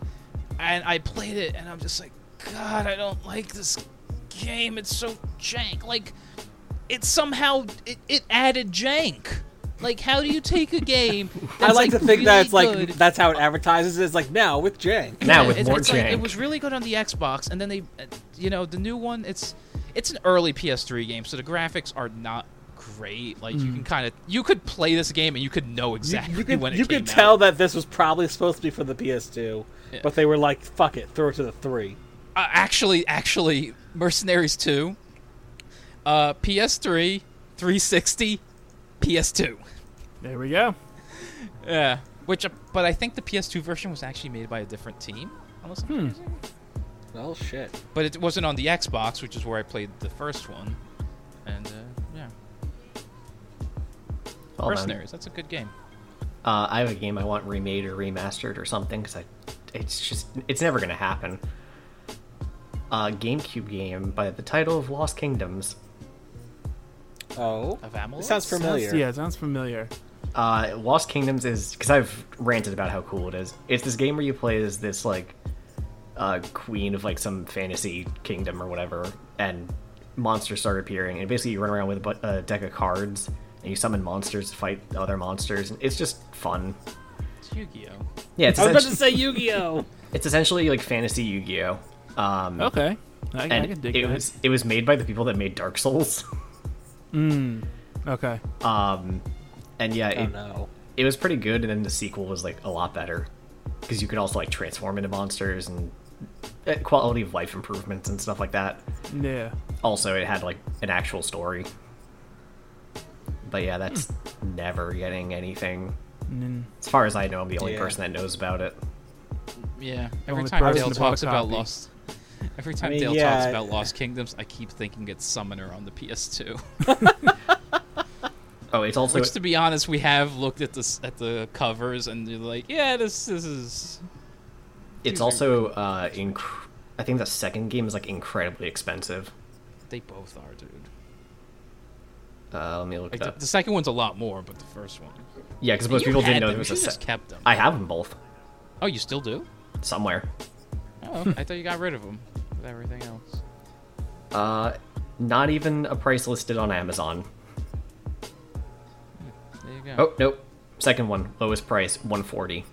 S3: And I played it, and I'm just like, God, I don't like this game. It's so jank. Like it somehow it, it added jank. Like how do you take a game?
S2: I
S3: that's,
S2: like, to think that it's
S3: really
S2: like
S3: good-
S2: that's how it advertises. It's like now with Jank.
S4: Now
S3: yeah,
S4: with
S3: it's,
S4: more
S3: it's like, it
S4: jank.
S3: was really good on the Xbox, and then they, uh, you know, the new one. It's it's an early PS3 game, so the graphics are not great. Like you can kind of you could play this game and you could know
S2: You,
S3: exactly
S2: you could
S3: when it
S2: you
S3: came
S2: could tell
S3: out.
S2: that this was probably supposed to be for the PS2,
S3: Yeah.
S2: but they were like, "Fuck it, throw it to the three.
S3: Uh, actually, actually, Mercenaries 2, uh, PS3, 360, PS2.
S1: There we go.
S3: Yeah. Which, uh, but I think the PS2 version was actually made by a different team. Unless I'm crazy.
S2: Oh shit!
S3: but it wasn't on the Xbox, which is where I played the first one. And uh, yeah,
S4: Hold on.
S3: Mercenaries. That's a good game.
S4: Uh, I have a game I want remade or remastered or something because I, it's just it's never gonna happen. Uh, GameCube game by the title of Lost Kingdoms.
S2: Oh,
S3: Of Amalur?
S2: It sounds familiar.
S1: Sounds, yeah, sounds familiar.
S4: Uh, Lost Kingdoms is because I've ranted about how cool it is. It's this game where you play as this like uh, queen of like some fantasy kingdom or whatever, and monsters start appearing, and basically you run around with a, bu- a deck of cards and you summon monsters to fight other monsters, and it's just fun.
S3: It's Yu-Gi-Oh.
S4: Yeah, it's,
S2: I was about
S4: essen-
S2: to say Yu-Gi-Oh.
S4: it's essentially like fantasy Yu-Gi-Oh. Um,
S1: Okay. I, I can
S4: and
S1: dig
S4: it
S1: that.
S4: was it was made by the people that made Dark Souls.
S1: okay.
S4: Um, and yeah,
S2: Oh
S4: it,
S2: no!
S4: it was pretty good. And then the sequel was like a lot better because you could also like transform into monsters and uh, quality of life improvements and stuff like that.
S1: Yeah.
S4: Also, it had like an actual story. But yeah, that's never getting anything. As far as I know, I'm the only
S2: Yeah.
S4: person that knows about it.
S3: Yeah. Every
S1: Only
S3: time
S1: person
S3: Dale
S1: to bought
S3: talks
S1: a
S3: about
S1: copy.
S3: Lost, every time
S2: mean,
S3: Dale talks
S2: yeah.
S3: about Lost Kingdoms, I keep thinking it's Summoner on the PS2.
S4: Oh, it's also
S3: Which, to be honest, we have looked at this at the covers and you're like, yeah, this this is
S4: it's also uh, inc- I think the second game is like incredibly expensive.
S3: they both are, dude.
S4: Uh, let me look
S3: Like
S4: it
S3: the,
S4: up.
S3: the second one's a lot more, but the first one.
S4: Yeah, because most
S3: You
S4: people didn't
S3: had
S4: know
S3: them.
S4: there was
S3: You
S4: a
S3: should've
S4: set.
S3: just kept them.
S4: I have them both
S3: Oh, you still do?
S4: somewhere.
S3: Oh, I thought you got rid of them with everything else.
S4: Uh, not even a price listed on Amazon.
S3: There you go.
S4: Oh nope. Second one, lowest price, 140.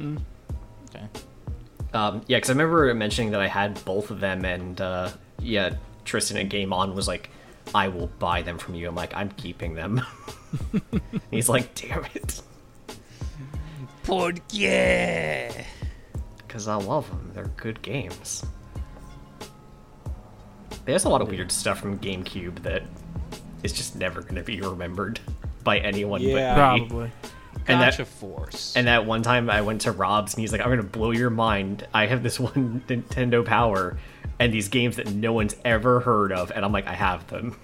S3: Okay.
S4: Um, yeah, because I remember mentioning that I had both of them, and uh, yeah, Tristan at Game On was like, "I will buy them from you." I'm like, "I'm keeping them." And he's like, "Damn it,"
S3: Porque.
S4: because I love them. They're good games. There's a lot of weird stuff from GameCube that is just never going to be remembered by anyone.
S2: Yeah.
S4: but me.
S1: Probably.
S4: And that-
S3: Gotcha force.
S4: And that one time I went to Rob's and he's like, I'm going to blow your mind. I have this one Nintendo Power and these games that no one's ever heard of. And I'm like, I have them.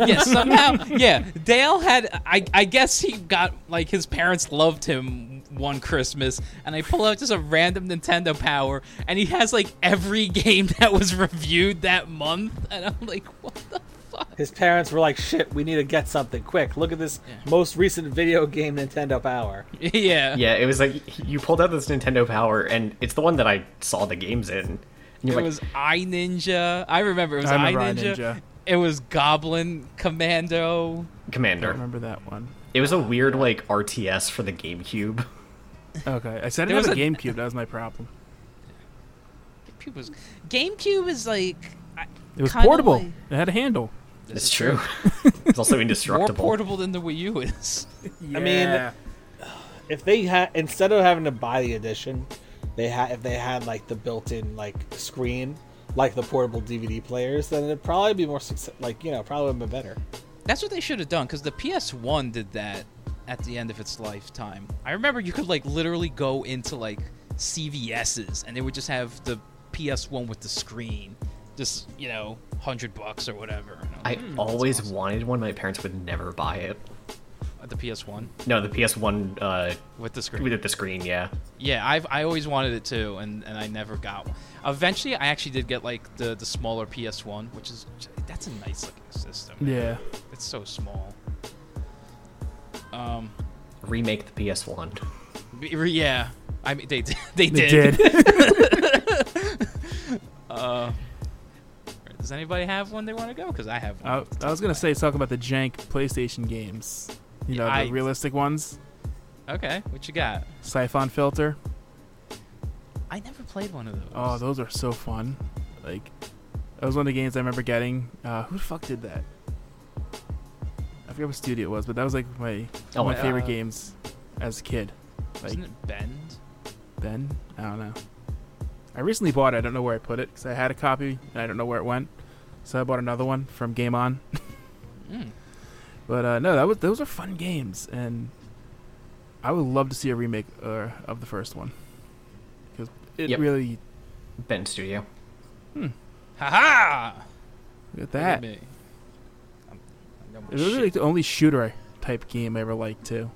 S3: yeah, somehow, yeah. Dale had, I, I guess he got, like, his parents loved him one Christmas, and I pull out just a random Nintendo Power, and he has, like, every game that was reviewed that month, and I'm like, what the fuck?
S2: His parents were like, "Shit, we need to get something quick. Look at this most recent video game Nintendo Power."
S3: Yeah.
S4: Yeah, it was like, you pulled out this Nintendo Power and it's the one that I saw the games in. And
S3: It
S4: you're like,
S3: was I Ninja. I remember it was
S1: I
S3: I,
S1: remember
S3: Ninja.
S1: iNinja.
S3: It was Goblin Commando.
S1: Don't
S4: Commander.
S1: remember that one.
S4: It was a weird, like, RTS for the GameCube.
S1: Okay, I said I
S3: There
S1: didn't have
S3: was
S1: a
S3: a-
S1: GameCube. That was my problem.
S3: It was- GameCube is like I-
S1: It was
S3: kinda
S1: portable.
S3: like-
S1: It had a handle.
S3: This
S4: It's
S3: is
S4: true. it's also
S3: More
S4: indestructible.
S3: portable than the Wii U is.
S2: I mean, if they had instead of having to buy the edition, they had if they had like the built-in like screen, like the portable DVD players, then it'd probably be more success. Like you know, probably would have been better.
S3: That's what they should have done because the PS1 did that at the end of its lifetime. I remember you could like literally go into like CVS's and they would just have the PS1 with the screen, just you know, hundred bucks or whatever. And
S4: I
S3: was like, "Hmm, that's
S4: always
S3: awesome."
S4: wanted one. My parents would never buy it.
S3: the PS1
S4: No, the PS1 uh,
S3: with the screen.
S4: with the screen, yeah.
S3: Yeah, I've I always wanted it too, and, and I never got one. Eventually, I actually did get like the the smaller PS1, which is that's a nice looking system.
S1: yeah.
S3: it's so small. Um,
S4: Remake the PS1.
S3: b- yeah, I mean they d- they
S1: They
S3: did.
S1: did.
S3: Uh, does anybody have one they want to go? Because I have one.
S1: I, I was gonna say talk about the jank PlayStation games. You know,
S3: Yeah, I-
S1: the realistic ones.
S3: okay, what you got?
S1: Siphon filter.
S3: I never played one of those.
S1: Oh, those are so fun. Like, that was one of the games I remember getting. Uh, who the fuck did that? I forget what studio it was, but that was like my
S4: Oh,
S1: one of my
S4: uh,
S1: favorite games as a kid. Like
S3: Isn't it Bend?
S1: then, I don't know. I recently bought it. I don't know where I put it because I had a copy and I don't know where it went. So I bought another one from Game On.
S3: Mm.
S1: But uh, no, that was those are fun games, and I would love to see a remake uh, of the first one because it
S4: Yep.
S1: really
S4: Ben Studio.
S3: Haha!
S1: look at that.
S3: Me. I'm- I know my
S1: It was really
S3: shit.
S1: like the only shooter type game I ever liked too.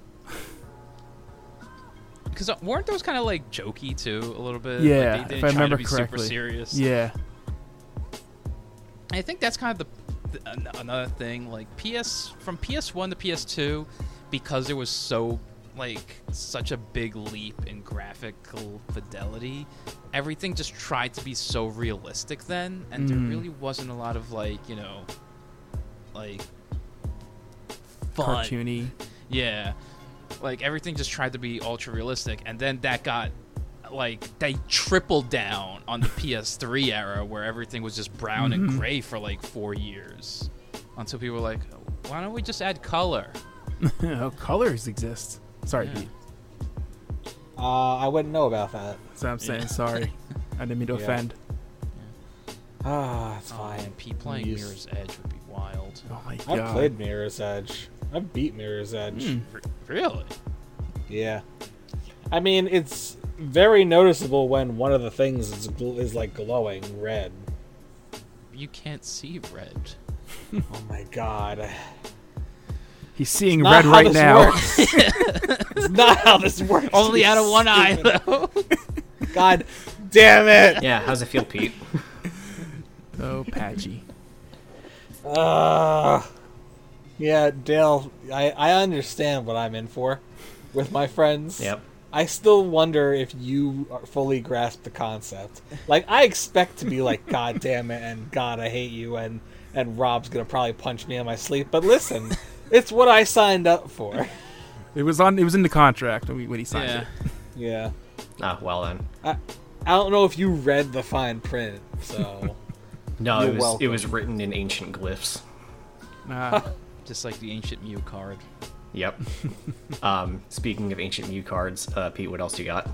S3: Because uh, weren't those kind of like jokey too, a little bit?
S1: Yeah,
S3: Uh, like, they
S1: if
S3: didn't
S1: I
S3: try
S1: remember
S3: to be super
S1: correctly.
S3: serious.
S1: Yeah,
S3: I think that's kind of the, the an- another thing. Like PS from PS1 to PS2, because there was so like such a big leap in graphical fidelity, everything just tried to be so realistic then, and there
S1: Mhm.
S3: really wasn't a lot of like you know, like fun.
S1: cartoony.
S3: Yeah. Like everything just tried to be ultra realistic and then that got like they tripled down on the PS3 era where everything was just brown and gray for like 4 years until people were like why don't we just add color?
S1: oh, colors exist. Sorry,
S3: Yeah.
S1: Pete.
S2: Uh, I wouldn't know about that.
S1: So I'm saying
S3: Yeah.
S1: sorry. I didn't mean to
S2: Yeah.
S1: offend.
S2: Ah, it's
S3: Oh,
S2: fine.
S3: and P playing
S2: Yes.
S3: Mirror's Edge would be wild.
S1: Oh my
S2: I've
S1: god.
S2: played Mirror's Edge. I've beat Mirror's Edge.
S3: R- really?
S2: Yeah. I mean, it's very noticeable when one of the things is, gl- is like glowing red.
S3: You can't see red.
S2: Oh my god.
S1: He's seeing red
S2: Not how
S1: right
S2: this
S1: now.
S2: works. it's not how this works.
S3: Only
S2: you
S3: out of one eye
S2: stupid-
S3: though.
S2: God damn it.
S4: Yeah, how's it feel, Pete?
S1: oh, patchy.
S2: Uh, Yeah, Dale, I, I understand what I'm in for with my friends.
S4: Yep.
S2: I still wonder if you are- fully grasp the concept. Like, I expect to be like, God damn it, and God, I hate you, and, and Rob's gonna probably punch me in my sleep. But listen, it's what I signed up for.
S1: It was on. It was in the contract when, we, when he signed
S3: Yeah.
S2: Yeah.
S4: Ah, well then.
S2: I, I don't know if you read the fine print, so.
S4: No,
S2: You're
S4: it was
S2: welcome.
S4: it was written in ancient glyphs.
S1: it. Uh,
S3: Just like the ancient Mew card.
S4: Yep. um, speaking of ancient Mew cards, uh, Pete, what else you got?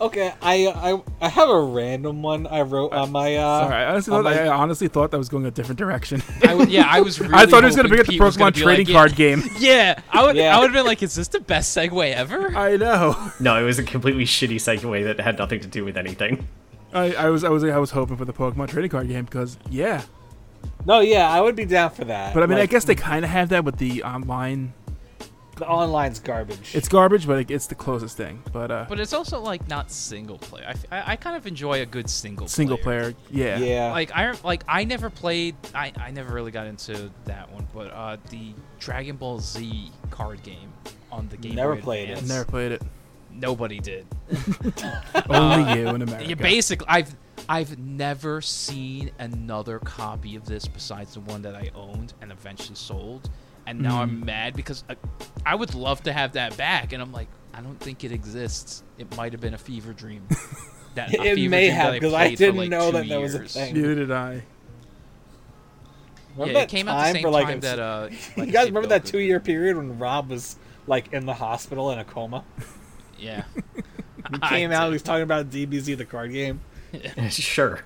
S2: Okay, I, I I have a random one I wrote on my. Uh,
S1: sorry, I honestly,
S2: on
S1: thought,
S2: my-
S1: I honestly thought that was going a different direction.
S3: I w- yeah, I was. Really
S1: I thought it was going to
S3: hoping
S1: bring up the
S3: Pete was gonna
S1: Pokemon
S3: be
S1: trading
S3: like, yeah,
S1: card game.
S3: Yeah, I would.
S2: Yeah.
S3: I would have been like, "Is this the best segue ever?"
S1: I know.
S4: No, it was a completely shitty segue that had nothing to do with anything.
S1: I, I was I was I was hoping for the Pokemon trading card game because yeah,
S2: No, yeah, I would be down for that.
S1: but I mean I
S2: Like,
S3: mm.
S1: guess they kind of have that with the online.
S2: the online's garbage.
S1: It's garbage, but it, it's the closest thing. But uh,
S3: But it's also like not single player. I, f- I- I kind of enjoy a good single
S1: single player, yeah,
S2: yeah.
S3: Like I rem- like I never played. I I never really got into that one, but uh, the Dragon Ball Z card game on the game.
S2: Never
S3: Boy
S2: played it.
S3: Advance,
S1: Never played it.
S3: Nobody did.
S1: Only you in America.
S3: You basically, I've I've never seen another copy of this besides the one that I owned and eventually sold, and now
S2: Hmm.
S3: I'm mad because I, I would love to have that back, and I'm like, I don't think it exists. It might have been a fever dream. That a
S2: It
S3: fever
S2: may
S3: dream
S2: have,
S3: that
S2: 'cause I
S3: played for,
S2: didn't
S3: like,
S2: know
S3: two
S2: that that was a
S3: years.
S2: thing.
S1: Neither did I.
S2: Remember
S3: yeah,
S2: that
S3: it came out
S2: time
S3: the same
S2: for, like,
S3: time
S2: a-
S3: that uh.
S2: you
S3: Legacy
S2: guys remember that
S3: Builder-
S2: two year period when Rob was like in the hospital in a coma?
S3: Yeah.
S2: He
S3: I
S2: came out. He
S3: did.
S2: was talking about DBZ, the card game.
S4: sure.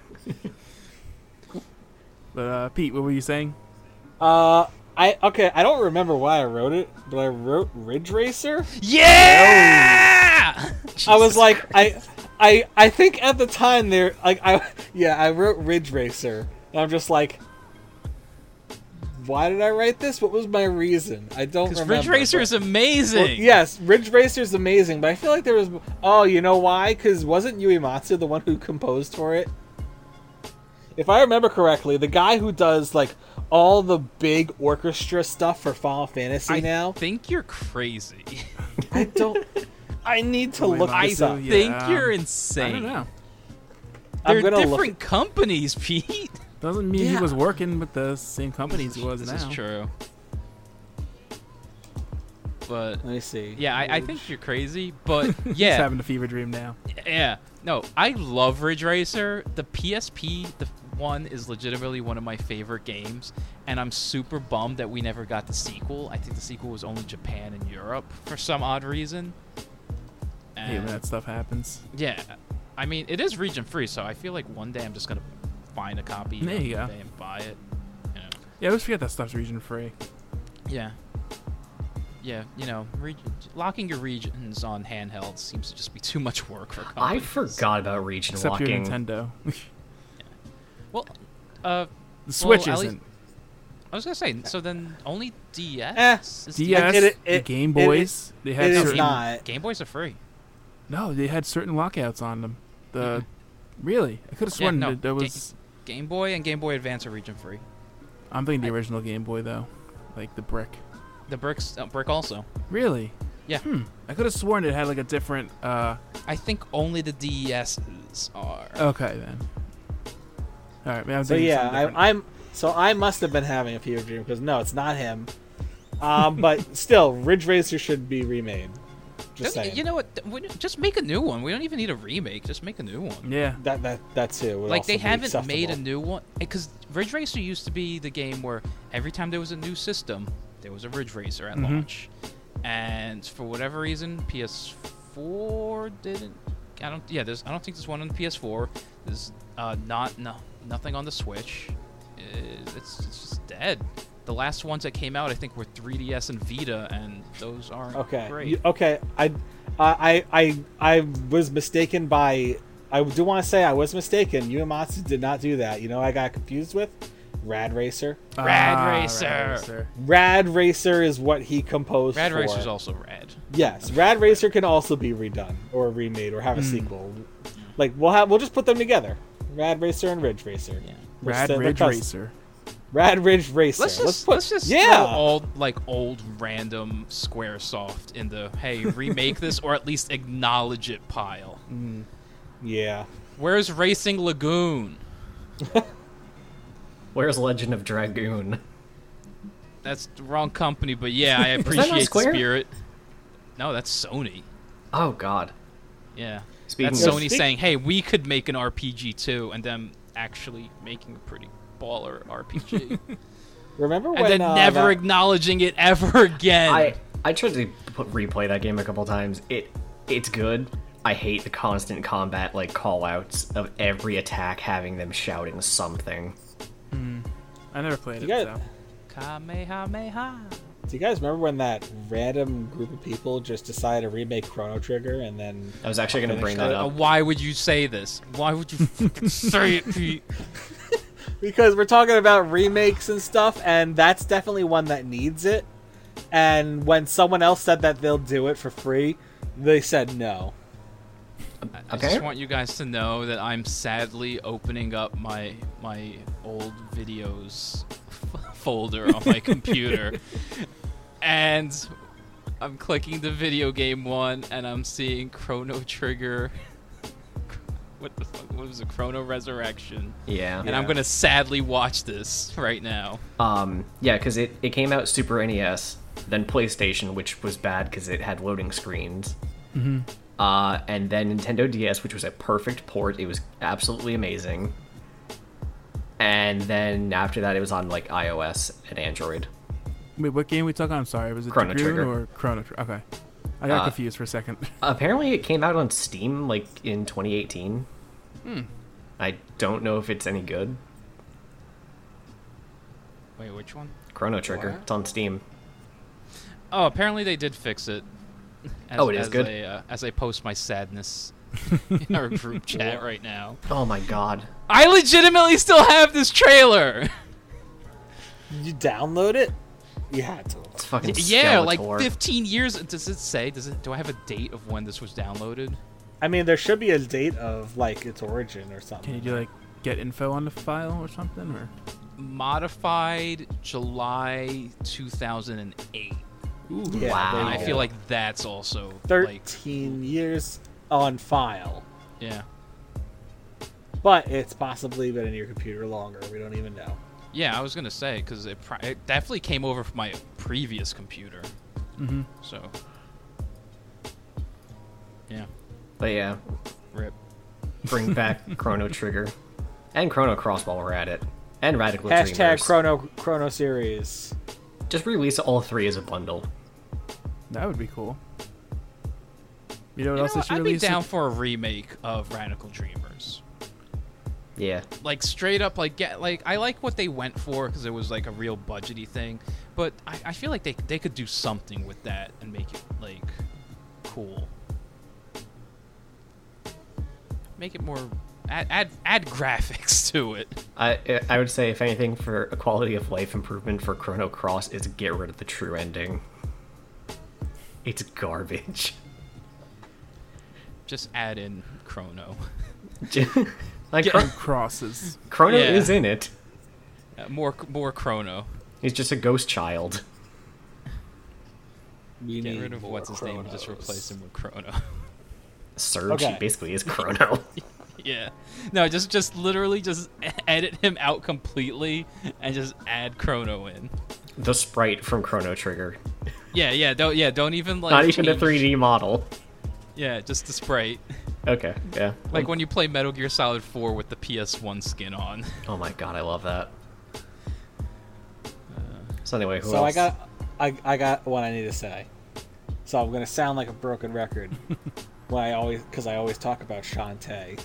S1: But uh, Pete, what were you saying?
S2: Uh, I okay. I don't remember why I wrote it, but I wrote Ridge Racer.
S3: Yeah.
S2: I was like, I, I, I think at the time there, like I, yeah, I wrote Ridge Racer, and I'm just like, why did I write this? What was my reason? I don't
S3: Because
S2: remember.
S3: Ridge Racer is amazing.
S2: Well, yes, Ridge Racer is amazing, but I feel like there was. Oh, you know why? Because wasn't Uematsu the one who composed for it? If I remember correctly, the guy who does like all the big orchestra stuff for Final Fantasy
S3: I
S2: now.
S3: think you're crazy.
S2: I don't. I need to
S1: Uematsu,
S2: look this up.
S1: Yeah,
S3: think
S1: um,
S3: you're
S1: I
S3: insane.
S1: don't know.
S2: I'm
S3: They're
S2: gonna look
S3: different companies, Pete.
S1: Doesn't mean he
S2: Yeah.
S1: was working with the same companies he was
S3: this
S1: now.
S3: is true.
S2: Let
S3: But
S2: me see.
S3: yeah, I, I think you're crazy. But
S1: He's
S3: yeah,
S1: having a fever dream now.
S3: yeah. No, I love Ridge Racer. The PSP, the f- one, is legitimately one of my favorite games, and I'm super bummed that we never got the sequel. I think the sequel was only Japan and Europe for some odd reason.
S1: Hey, when
S3: And-
S1: that stuff happens.
S3: Yeah, I mean it is region free, so I feel like one day I'm just gonna find a copy
S1: There you
S3: of
S1: go.
S3: it and buy it. You know.
S1: Yeah, I always forget that stuff's region free.
S3: Yeah. Yeah, you know, region, locking your regions on handheld seems to just be too much work for
S4: I
S3: companies.
S4: forgot about region
S1: Except your
S4: locking.
S1: Nintendo.
S3: Well, uh,
S1: the Switch
S3: at
S1: isn't.
S3: least- I was gonna say. So then, only DS.
S2: Eh,
S3: Is
S1: DS,
S2: It- it-
S1: the
S2: it-
S1: Game
S2: it-
S1: Boys, they had
S2: it is
S1: certain,
S2: not.
S3: Game Boys are free.
S1: no, they had certain lockouts on them. The really, I could have
S3: Yeah,
S1: sworn
S3: no,
S1: that there
S3: Ga-
S1: was.
S3: Game Boy and Game Boy Advance are region free.
S1: I'm thinking the
S3: I-
S1: original Game Boy though, like the brick.
S3: The bricks, uh, brick also.
S1: Really?
S3: Yeah.
S1: Hmm. I could have sworn it had like a different. uh
S3: I think only the DSs are.
S1: Okay then. All right, man. I'm
S2: So
S1: thinking
S2: yeah,
S1: something different.
S2: I, I'm. So I must have been having a fever dream because no, it's not him. Um, but still, Ridge Racer should be remade. Just
S3: Don't- e,
S2: saying.
S3: you know what? th- we don't- Just make a new one. We don't even need a remake. Just make a new one.
S1: yeah.
S2: that that that too. would
S3: like
S2: also
S3: they
S2: be
S3: haven't made a
S2: acceptable.
S3: new one because Ridge Racer used to be the game where every time there was a new system, there was a Ridge Racer at
S2: Mm-hmm.
S1: Mhm.
S3: launch, and for whatever reason, PS4 didn't. I don't. Yeah, there's. I don't think there's one on the PS4. There's uh, not no nothing on the Switch. Uh, It's, it's just dead. The last ones that came out, I think, were 3DS and Vita, and those aren't
S2: Okay.
S3: great.
S2: you- okay. I, I, I, I I was mistaken by. I do want to say I was mistaken. Uematsu did not do that. You know, I got confused with Rad Racer.
S3: Rad
S1: Ah,
S3: Racer.
S2: Rad Racer is what he composed.
S3: Rad
S2: for.
S3: Racer's also rad.
S2: Yes, Rad Racer can also be redone or remade or have
S1: Hmm.
S2: a sequel. Like we'll have we'll just put them together. Rad Racer and Ridge Racer.
S3: Yeah.
S2: We're
S1: Rad
S2: still- they're
S1: Ridge
S2: cous-
S1: Racer.
S2: Rad Ridge Racer.
S3: Let's just let's,
S2: put,
S3: just
S2: yeah.
S3: throw all like old random SquareSoft in the hey remake this or at least acknowledge it pile.
S2: yeah.
S3: Where's Racing Lagoon?
S4: Where's Legend of Dragoon?
S3: That's the wrong company, but yeah, I
S4: not
S3: appreciate the
S4: Square?
S3: spirit. No, that's Sony.
S4: Oh God.
S3: Yeah,
S4: Speaking
S3: that's
S4: of-
S3: Sony
S2: Speak-
S3: saying, hey, we could make an RPG too, and them actually making a pretty baller RPG,
S2: Remember when
S3: and then
S2: uh,
S3: never
S2: that-
S3: acknowledging it ever again.
S4: I I tried to put, replay that game a couple times. It it's good. I hate the constant combat like call outs of every attack having them shouting something.
S1: I never played
S2: You
S1: it.
S2: got-
S1: so.
S3: Kamehameha.
S2: Do you guys remember when that random group of people just decided to remake Chrono Trigger and then
S4: I was actually going to
S2: Finish
S4: bring
S2: that
S4: that
S3: Uh,
S4: up.
S3: why would you say this? Why would you fucking say it, Pete?
S2: because we're talking about remakes and stuff and that's definitely one that needs it. And when someone else said that they'll do it for free, they said no.
S3: I
S4: Okay.
S3: just want you guys to know that I'm sadly opening up my my old videos f- folder on my computer, and I'm clicking the video game one, and I'm seeing Chrono Trigger. What the fuck what was it? Chrono Resurrection.
S4: Yeah.
S3: And I'm gonna sadly watch this right now.
S4: Um, yeah, because it, it came out Super NES, then PlayStation, which was bad because it had loading screens. Uh, and then Nintendo DS, which was a perfect port. It was absolutely amazing. And then after that, it was on like iOS and Android.
S1: Wait, what game we talking? I'm sorry. Was it
S4: Chrono
S1: Dragoon
S4: Trigger.
S1: or Chrono Trigger? Okay, I got
S4: Uh,
S1: confused for a second.
S4: Apparently, it came out on Steam like in 2018. I don't know if it's any good.
S3: Wait, which one?
S4: Chrono Trigger.
S2: What?
S4: It's on Steam.
S3: Oh, apparently they did fix it. As,
S4: Oh, it is
S3: as
S4: good?
S3: I, uh, as I post my sadness in our group chat right now.
S4: Oh my god.
S3: I legitimately still have this trailer.
S2: You download it? You had to.
S4: It's fucking
S3: yeah, like
S4: Skeletor.
S3: 15 years. Does it say? Does it? Do I have a date of when this was downloaded?
S2: I mean, there should be a date of like its origin or something.
S1: Can you do like get info on the file or something? Or
S3: Modified July 2008.
S2: Yeah,
S4: Wow.
S2: there you
S3: I
S2: go.
S3: feel like that's also like
S2: 13 years on file,
S3: yeah,
S2: but it's possibly been in your computer longer. We don't even know.
S3: yeah. I was gonna say because it, pri- it definitely came over from my previous computer.
S1: Mhm.
S3: So yeah,
S4: But yeah,
S3: rip.
S4: bring back Chrono Trigger and Chrono Cross while we're at it, and Radical
S2: Hashtag
S4: Dreamers.
S2: Chrono Chrono series.
S4: Just release all three as a bundle.
S1: that would be cool. You know what
S3: You
S1: else
S3: know
S1: they
S3: what?
S1: should
S3: I'd be
S1: release?
S3: down for a remake of Radical Dreamers.
S4: Yeah,
S3: like straight up like get like I like what they went for because it was like a real budgety thing, but I, I feel like they they could do something with that and make it like cool. Make it more add add, add graphics to it.
S4: I I would say if anything for a quality of life improvement for Chrono Cross is get rid of the true ending. It's garbage.
S3: Just add in Chrono.
S4: like
S3: Get-
S4: Chron-
S1: Crosses.
S4: Chrono
S3: Yeah.
S4: is in it.
S3: Uh, more more Chrono.
S4: He's just a ghost child.
S2: We
S3: Get
S2: need
S3: rid of
S2: more
S3: what's his name and just
S2: Chronos.
S3: replace him with Chrono.
S4: Surge.
S2: Okay.
S4: He basically is Chrono.
S3: yeah. No, just just literally just e, edit him out completely and just add Chrono in.
S4: the sprite from Chrono Trigger.
S3: Yeah, yeah, don't yeah, don't even like
S4: Not even a
S3: change-
S4: 3D model.
S3: Yeah, just the sprite.
S4: Okay. Yeah.
S3: Like when you play Metal Gear Solid 4 with the PS1 skin on.
S4: Oh my god, I love that. So anyway, who
S2: So
S4: else?
S2: I got I, I got what I need to say. So I'm gonna sound like a broken record when I always because I always talk about Shantae.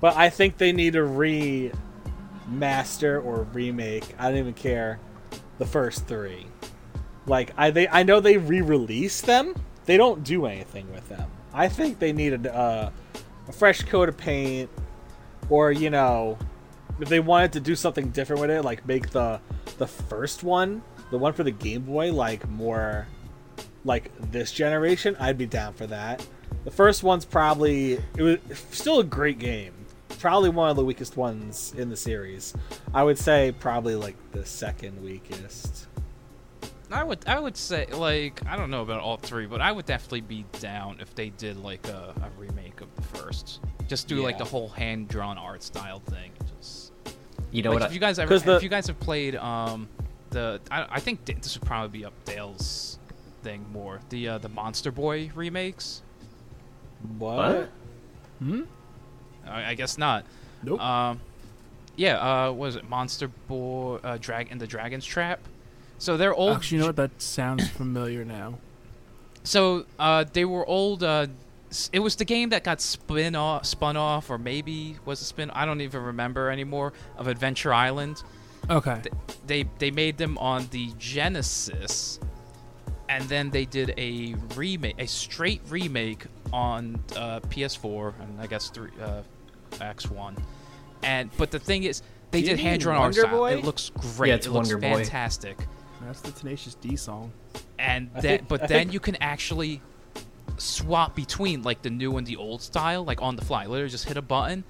S2: But I think they need to remaster or remake. I don't even care. The first three, like I they I know they re-release them. They don't do anything with them. I think they need a, uh, a fresh coat of paint, or you know, if they wanted to do something different with it, like make the the first one, the one for the Game Boy, like more like this generation, I'd be down for that. The first one's probably it was still a great game. probably one of the weakest ones in the series. I would say probably like the second weakest.
S3: I would I would say like I don't know about all three, but I would definitely be down if they did like a, a remake of the first. Just do like
S2: Yeah.
S3: the whole hand drawn art style thing. Just
S4: You know
S3: like,
S4: what?
S3: if you guys ever
S2: 'Cause the-
S3: if you guys have played um the I, I think th- this would probably be up Dale's thing more the uh, the Monster Boy remakes.
S2: What?
S4: What?
S1: Hmm?
S3: I, I guess not.
S1: Nope.
S3: Um, yeah. Uh, was it Monster Boy uh, Drag and the Dragon's Trap? So they're
S4: Oh,
S3: old.
S1: Actually, you know what? That sounds familiar now.
S3: So uh, they were old. Uh, s- it was the game that got spin off, spun off, or maybe was a spin. I don't even remember anymore. Of Adventure Island,
S1: Okay.
S3: they they made them on the Genesis, and then they did a remake, a straight remake on uh, PS4 and I guess three uh, X1. And but the thing is, they
S2: Do you
S3: did
S2: mean
S3: hand drawn art
S2: Wonder
S3: style.
S2: Boy?
S3: It looks great.
S4: Yeah, it's
S3: it looks
S4: Wonder Boy.
S3: fantastic
S1: That's the Tenacious D song.
S3: and
S2: I
S3: then
S2: think-
S3: but
S2: I
S3: then
S2: think-
S3: you can actually swap between like the new and the old style like on the fly literally just hit a button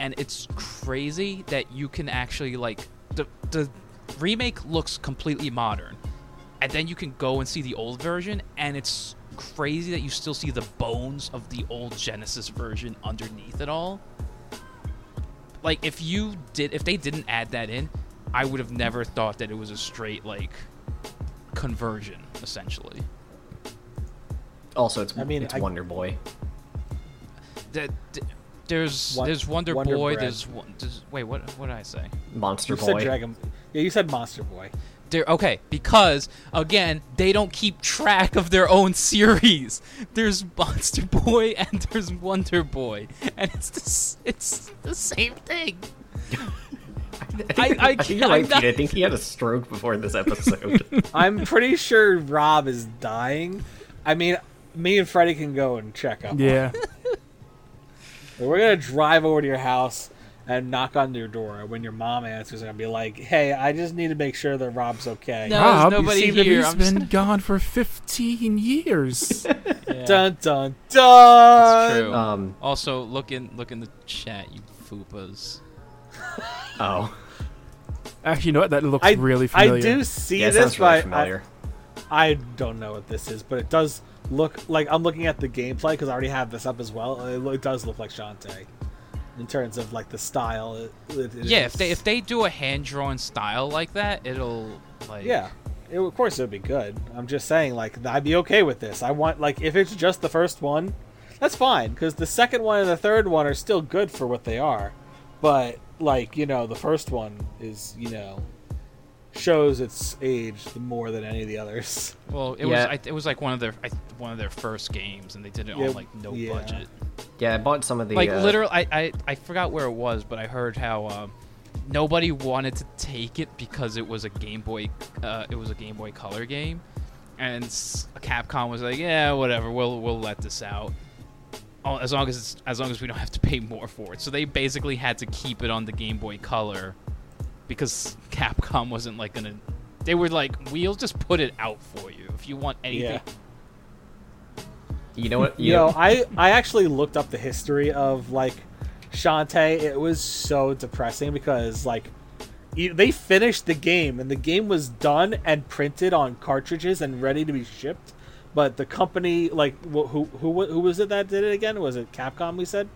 S3: and it's crazy that you can actually like the the remake looks completely modern and then you can go and see the old version and it's crazy that you still see the bones of the old genesis version underneath it all like if you did if they didn't add that in i would have never thought that it was a straight like conversion essentially
S4: also, it's
S2: I mean,
S4: it's
S2: I-
S4: Wonder Boy.
S3: that th- there's
S2: Won-
S3: there's wonder,
S2: Wonder
S3: boy
S2: Bread.
S3: there's, Won- there's wait what what did i say
S4: Monster
S2: You
S4: Boy.
S2: said Dragon. Yeah, you said Monster Boy.
S3: they're okay because again they don't keep track of their own series there's monster boy and there's wonder boy and it's the, s- it's the same thing
S4: I,
S3: I- I
S4: think- I think
S3: can't-
S4: you're
S3: I'm
S4: right,
S3: not-
S4: Pete. I think he had a stroke before this episode.
S2: I'm pretty sure Rob is dying. I mean, me and Freddie can go and check up. on
S1: Yeah.
S2: But We're gonna drive over to your house and knock on your door. When your mom answers, I'm gonna be like, "Hey, I just need to make sure that Rob's okay."
S3: No. there's
S1: Rob,
S3: nobody
S1: you seem to be-
S3: here.
S1: he's
S3: I'm just-
S1: been gone for 15 years.
S2: Dun dun dun.
S3: It's true.
S4: um.
S3: also look in look in the chat you fupas
S4: Oh.
S1: Actually, you know what? That looks
S2: I
S1: really familiar.
S2: I do see
S4: Yeah, it
S2: this,
S4: sounds really
S2: but
S4: familiar.
S2: I, I don't know what this is. But it does look like I'm looking at the gameplay because I already have this up as well. It, lo- it does look like Shantae in terms of like the style. It, it- it
S3: yeah
S2: is-
S3: if they if they do a hand drawn style like that it'll like
S2: yeah. It, of course, it would be good. I'm just saying, like, I'd be okay with this. I want, like, if it's just the first one, that's fine, because the second one and the third one are still good for what they are. But, like, you know, the first one is, you know, shows its age more than any of the others.
S3: Well, it was
S4: Yeah.
S3: I, it was like one of their I, one of their first games, and they did it
S2: Yeah,
S3: on like no
S2: yeah.
S3: budget.
S4: Yeah, I bought some of the
S3: Like
S4: uh,
S3: literally, I, I I forgot where it was, but I heard how um, nobody wanted to take it because it was a Game Boy, uh, it was a Game Boy Color game, and s- Capcom was like, yeah, whatever, we'll we'll let this out. Oh, As long as it's, as long as we don't have to pay more for it, so they basically had to keep it on the Game Boy Color, because Capcom wasn't like gonna. They were like, "We'll just put it out for you if you want anything
S2: Yeah.
S4: You know what?
S2: You know, I I actually looked up the history of like Shantae. It was so depressing because like you, they finished the game and the game was done and printed on cartridges and ready to be shipped, but the company like wh- who who wa- who was it that did it again? Was it Capcom? We said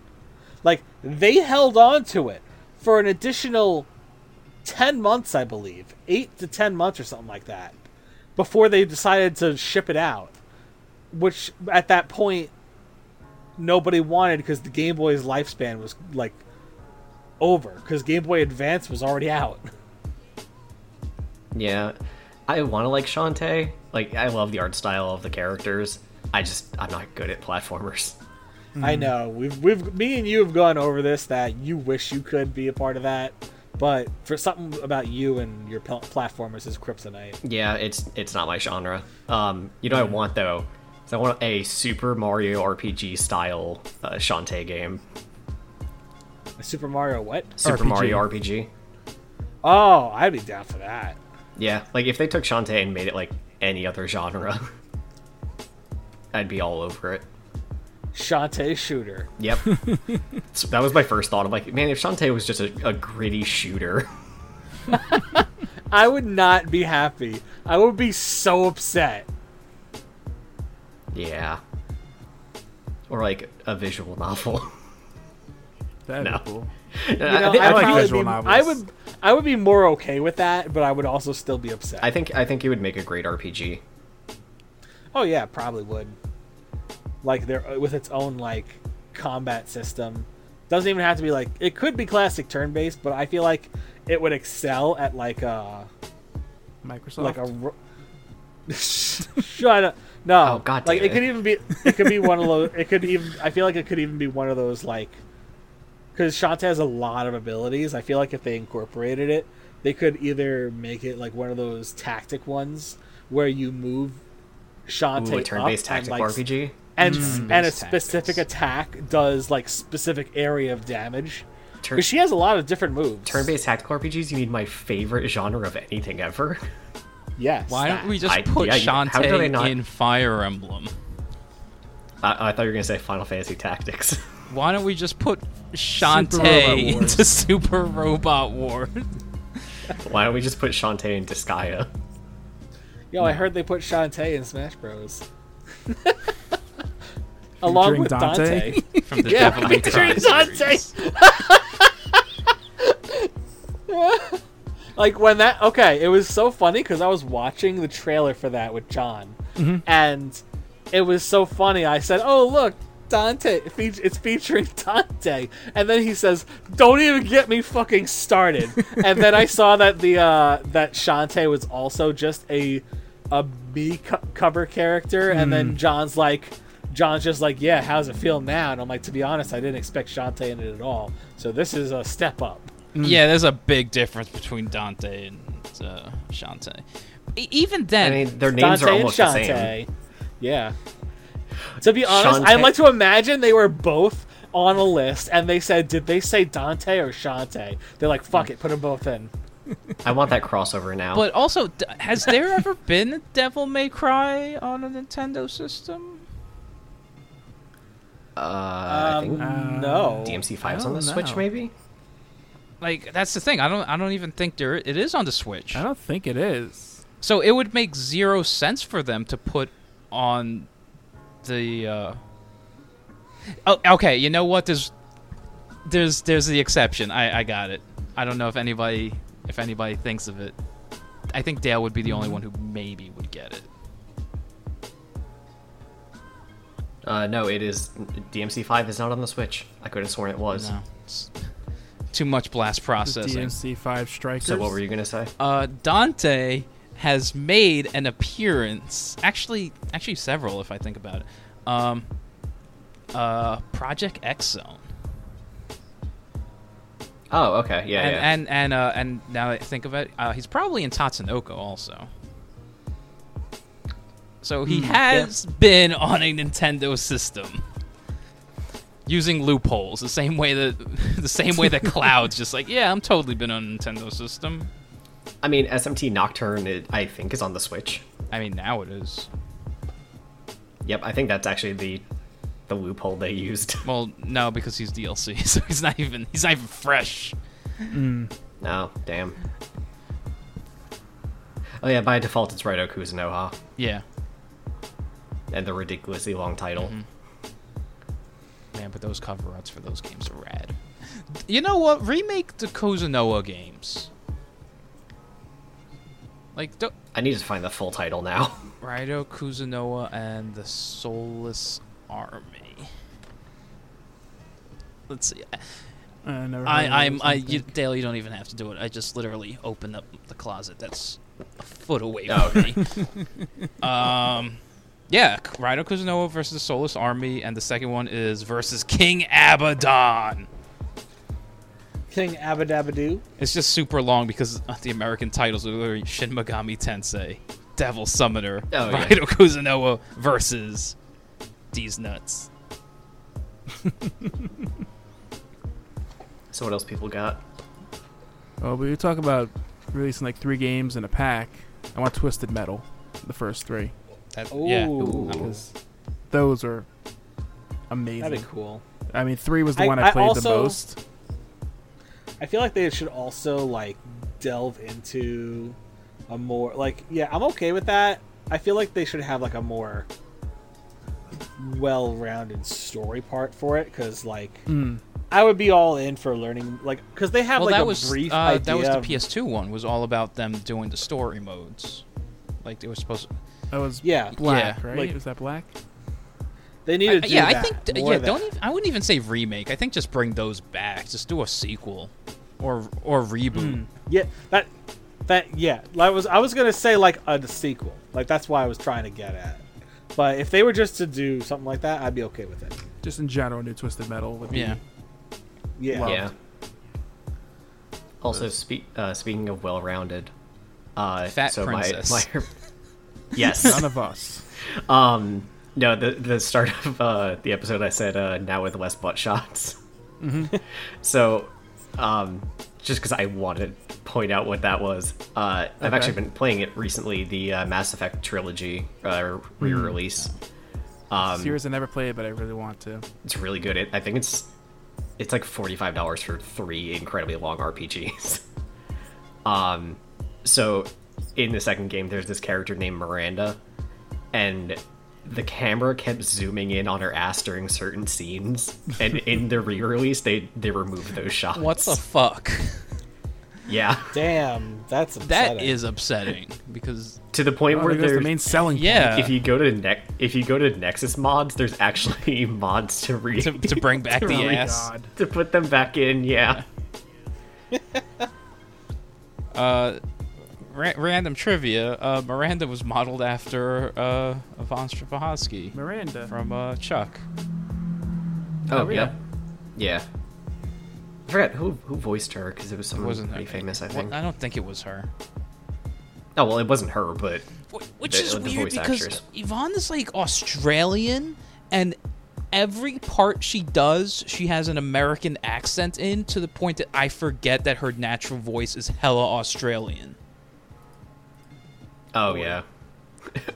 S2: like they held on to it for an additional 10 months i believe 8 to 10 months or something like that before they decided to ship it out which at that point nobody wanted because the game boy's lifespan was like over because game boy advance was already out
S4: Yeah, I want to like Shantae. Like, I love the art style of the characters. I just, I'm not good at platformers.
S2: i know we've, we've me and you have gone over this that you wish you could be a part of that but for something about you and your pl- platformers is kryptonite
S4: Yeah, it's it's not my genre. Um, you know what I want though? Is I want a Super Mario RPG style uh, Shantae game.
S2: super mario what
S4: Super
S1: RPG.
S4: Mario RPG.
S2: oh i'd be down for that
S4: Yeah, like if they took Shantae and made it like any other genre, I'd be all over it.
S2: Shantae Shooter.
S4: Yep. so that was my first thought. I'm like, man, if Shantae was just a, a gritty shooter,
S2: I would not be happy. I would be so upset.
S4: yeah. Or like a visual novel.
S1: That'd
S4: No.
S1: be cool.
S2: You know,
S4: I, thi- I
S1: like
S2: I'd
S4: think,
S2: probably
S1: visual
S2: be-
S1: novels.
S2: I would, I would be more okay with that, but I would also still be upset.
S4: I think I think it would make a great RPG.
S2: oh yeah, probably would. Like there with its own like combat system, doesn't even have to be like it could be classic turn based, but I feel like it would excel at like uh, a
S1: Microsoft.
S2: like a. ro- Shut up. No,
S4: Oh, God
S2: like
S4: damn
S2: it could
S4: it.
S2: even be it could be one of those. It could even I feel like it could even be one of those like because Shantae has a lot of abilities. I feel like if they incorporated it, they could either make it like one of those tactic ones where you move Shantae
S4: Ooh, a
S2: up
S4: turn-based tactical
S2: and, like,
S4: RPG.
S2: and s- and a
S3: Turn-based
S2: specific
S3: tactics.
S2: attack does like specific area of damage.
S4: Turn-
S2: Because she has a lot of different moves.
S4: turn-based tactical RPGs. You need my favorite genre of anything ever.
S2: Yes.
S3: Why
S2: that.
S3: don't we just
S4: I-
S3: put
S4: yeah, you- how do they
S3: Shantae
S4: not-
S3: in Fire Emblem?
S4: I, I thought you were gonna say Final Fantasy Tactics.
S3: Why don't we just put
S1: Robot
S3: Shantae
S1: Wars.
S3: into Super Robot War?
S4: Why don't we just put Shantae in Disgaea?
S2: Yo, I heard they put Shantae in Smash Bros. Along
S1: Featuring
S2: with Dante.
S1: Dante?
S3: From the
S2: Yeah,
S3: Devil May
S2: featuring
S3: Cry
S2: Dante.
S3: series.
S2: Like when that okay, it was so funny because I was watching the trailer for that with John, and it was so funny. I said, "Oh look, Dante! it feat- It's featuring Dante," and then he says, "Don't even get me fucking started." and then I saw that the uh, that Shantae was also just a a B co- cover character, and
S4: Hmm.
S2: then John's like. John's just like, yeah, how's it feel now? And I'm like, to be honest, I didn't expect Shantae in it at all. So this is a step up.
S3: Yeah, there's a big difference between Dante and uh, Shantae. E- even
S4: I
S3: then,
S4: mean, their names are
S2: Dante
S4: almost the
S2: and
S4: same.
S2: Shantae. Yeah. To be honest,
S4: Shantae-
S2: I'd like to imagine they were both on a list and they said, did they say Dante or Shantae? They're like, fuck it, put them both in.
S4: I want that crossover now.
S3: but also, d- has there ever been a Devil May Cry on a Nintendo system?
S4: uh, I
S2: Um,
S4: think Uh,
S2: no.
S4: DMC five's
S1: I
S4: on the
S1: don't
S4: Switch,
S1: know.
S4: maybe.
S3: Like that's the thing. I don't. I don't even think there. It is on the Switch.
S1: I don't think it is.
S3: So it would make zero sense for them to put on the. Uh... Oh, okay. You know what? There's, there's, there's the exception. I, I got it. I don't know if anybody, if anybody thinks of it. I think Dale would be the only one who maybe would get it.
S4: Uh, no, it is DMC five is not on the Switch. I could have sworn it was.
S3: No, it's too much blast
S1: The
S3: processing.
S1: DMC Five Strikers.
S4: So what were you gonna say?
S3: Uh, Dante has made an appearance. Actually, actually several, if I think about it. Um, uh, Project X Zone.
S4: Oh, okay, yeah,
S3: and
S4: yeah.
S3: and and, uh, and now that I think of it, uh, he's probably in Tatsunoko also. So he has been on a Nintendo system using loopholes, the same way that the same way that Cloud's just like, yeah, I'm totally been on a Nintendo system.
S4: I mean, SMT Nocturne, it, I think, is on the Switch.
S3: I mean, now it is.
S4: Yep, I think that's actually the the loophole they used.
S3: Well, no, because he's DLC, so he's not even he's not even fresh.
S4: no, damn. Oh yeah, by default it's Raito Kuzunoha
S3: Yeah,
S4: and the ridiculously long title.
S3: man, but those cover ups for those games are rad. You know what? Remake the Kozunoa games. Like, do
S4: I need to find the full title now.
S3: Raido Kuzunoa and the Soulless Army. Let's see.
S1: Uh, I never. heard of
S3: I, I'm
S1: those,
S3: I
S1: don't
S3: you,
S1: think.
S3: Dale. You don't even have to do it. I just literally opened up the closet that's a foot away
S4: Oh,
S3: from me. um, yeah, K- Raido Kuzunoa versus the Soulless Army, and the second one is versus King Abaddon.
S2: King Abadabadoo.
S3: It's just super long because the American titles are literally Shin Megami Tensei, Devil Summoner,
S4: Oh, yeah.
S3: Raido Kuzunoa versus these nuts.
S4: So what else people got?
S1: Oh, but you talk about releasing like three games in a pack. I want Twisted Metal, the first three,
S3: That, yeah.
S2: Ooh.
S4: Ooh.
S1: because those are amazing.
S2: That'd be cool.
S1: I mean, three was the
S2: I-
S1: one I
S2: I
S1: played the
S2: also-
S1: most.
S2: I feel like they should also like delve into a more like yeah, I'm okay with that. I feel like they should have like a more well-rounded story part for it because like
S1: Mm.
S2: I would be all in for learning like because they have
S3: well,
S2: like
S3: that
S2: a
S3: was
S2: brief
S3: uh,
S2: idea.
S3: that was the
S2: of-
S3: PS2 one. Was all about them doing the story modes. Like they were supposed. to...
S1: That was
S2: Yeah,
S1: black,
S3: yeah,
S1: right?
S2: like-
S1: was that black?
S2: they need to
S3: I-
S2: do
S3: yeah, I
S2: that,
S3: think. d-
S2: more
S3: yeah,
S2: of
S3: don't e
S2: that.
S3: even. I wouldn't even say remake. I think just bring those back. Just do a sequel, or or reboot.
S2: yeah that that yeah. I was I was gonna say like a sequel. Like that's why I was trying to get at. But if they were just to do something like that, I'd be okay with it.
S1: Just in general, new Twisted Metal would be.
S3: Yeah.
S2: Yeah.
S1: Well-
S4: Yeah. Oh. Also, spe- uh, speaking of well-rounded, uh,
S3: Fat
S4: so
S3: princess.
S4: My, my, yes.
S1: None of us.
S4: um. No, the the start of uh, the episode, I said uh, now with less butt shots. so, um, just because I wanted to point out what that was, uh, I've
S1: Okay.
S4: actually been playing it recently. The uh, Mass Effect trilogy uh, re-release. Um,
S1: Series I never played, but I really want to. Oh,
S4: it's really good. It, I think it's it's like forty five dollars for three incredibly long RPGs. um, so in the second game, there's this character named Miranda, and the camera kept zooming in on her ass during certain scenes. And in the re-release, they they removed those shots.
S3: What the fuck?
S4: yeah?
S2: Damn, that's upsetting.
S3: That is upsetting because
S4: To the point
S1: Oh,
S4: where
S1: there goes
S4: there's
S1: the main selling point.
S3: yeah,
S4: if you go to ne- if you go to Nexus mods, there's actually mods to re
S3: to, to bring back
S1: Oh
S3: the
S1: my
S3: ass.
S1: God.
S4: to put them back in. Yeah.
S3: Uh, ra- random trivia: uh, Miranda was modeled after uh, Von Strapahovsky
S1: Miranda.
S3: from uh, Chuck.
S4: Hmm, Oh
S1: yeah.
S4: yeah, yeah. I forgot who who voiced her because it was
S3: It
S4: someone
S3: wasn't
S4: pretty
S3: her.
S4: famous, I
S3: Well,
S4: think.
S3: I don't think it was her.
S4: oh well, it wasn't her, but
S3: Wh- Which
S4: The-
S3: is
S4: the
S3: weird
S4: voice
S3: because
S4: actress.
S3: Yvonne is like Australian, and every part she does, she has an American accent in to the point that I forget that her natural voice is hella Australian.
S4: oh yeah.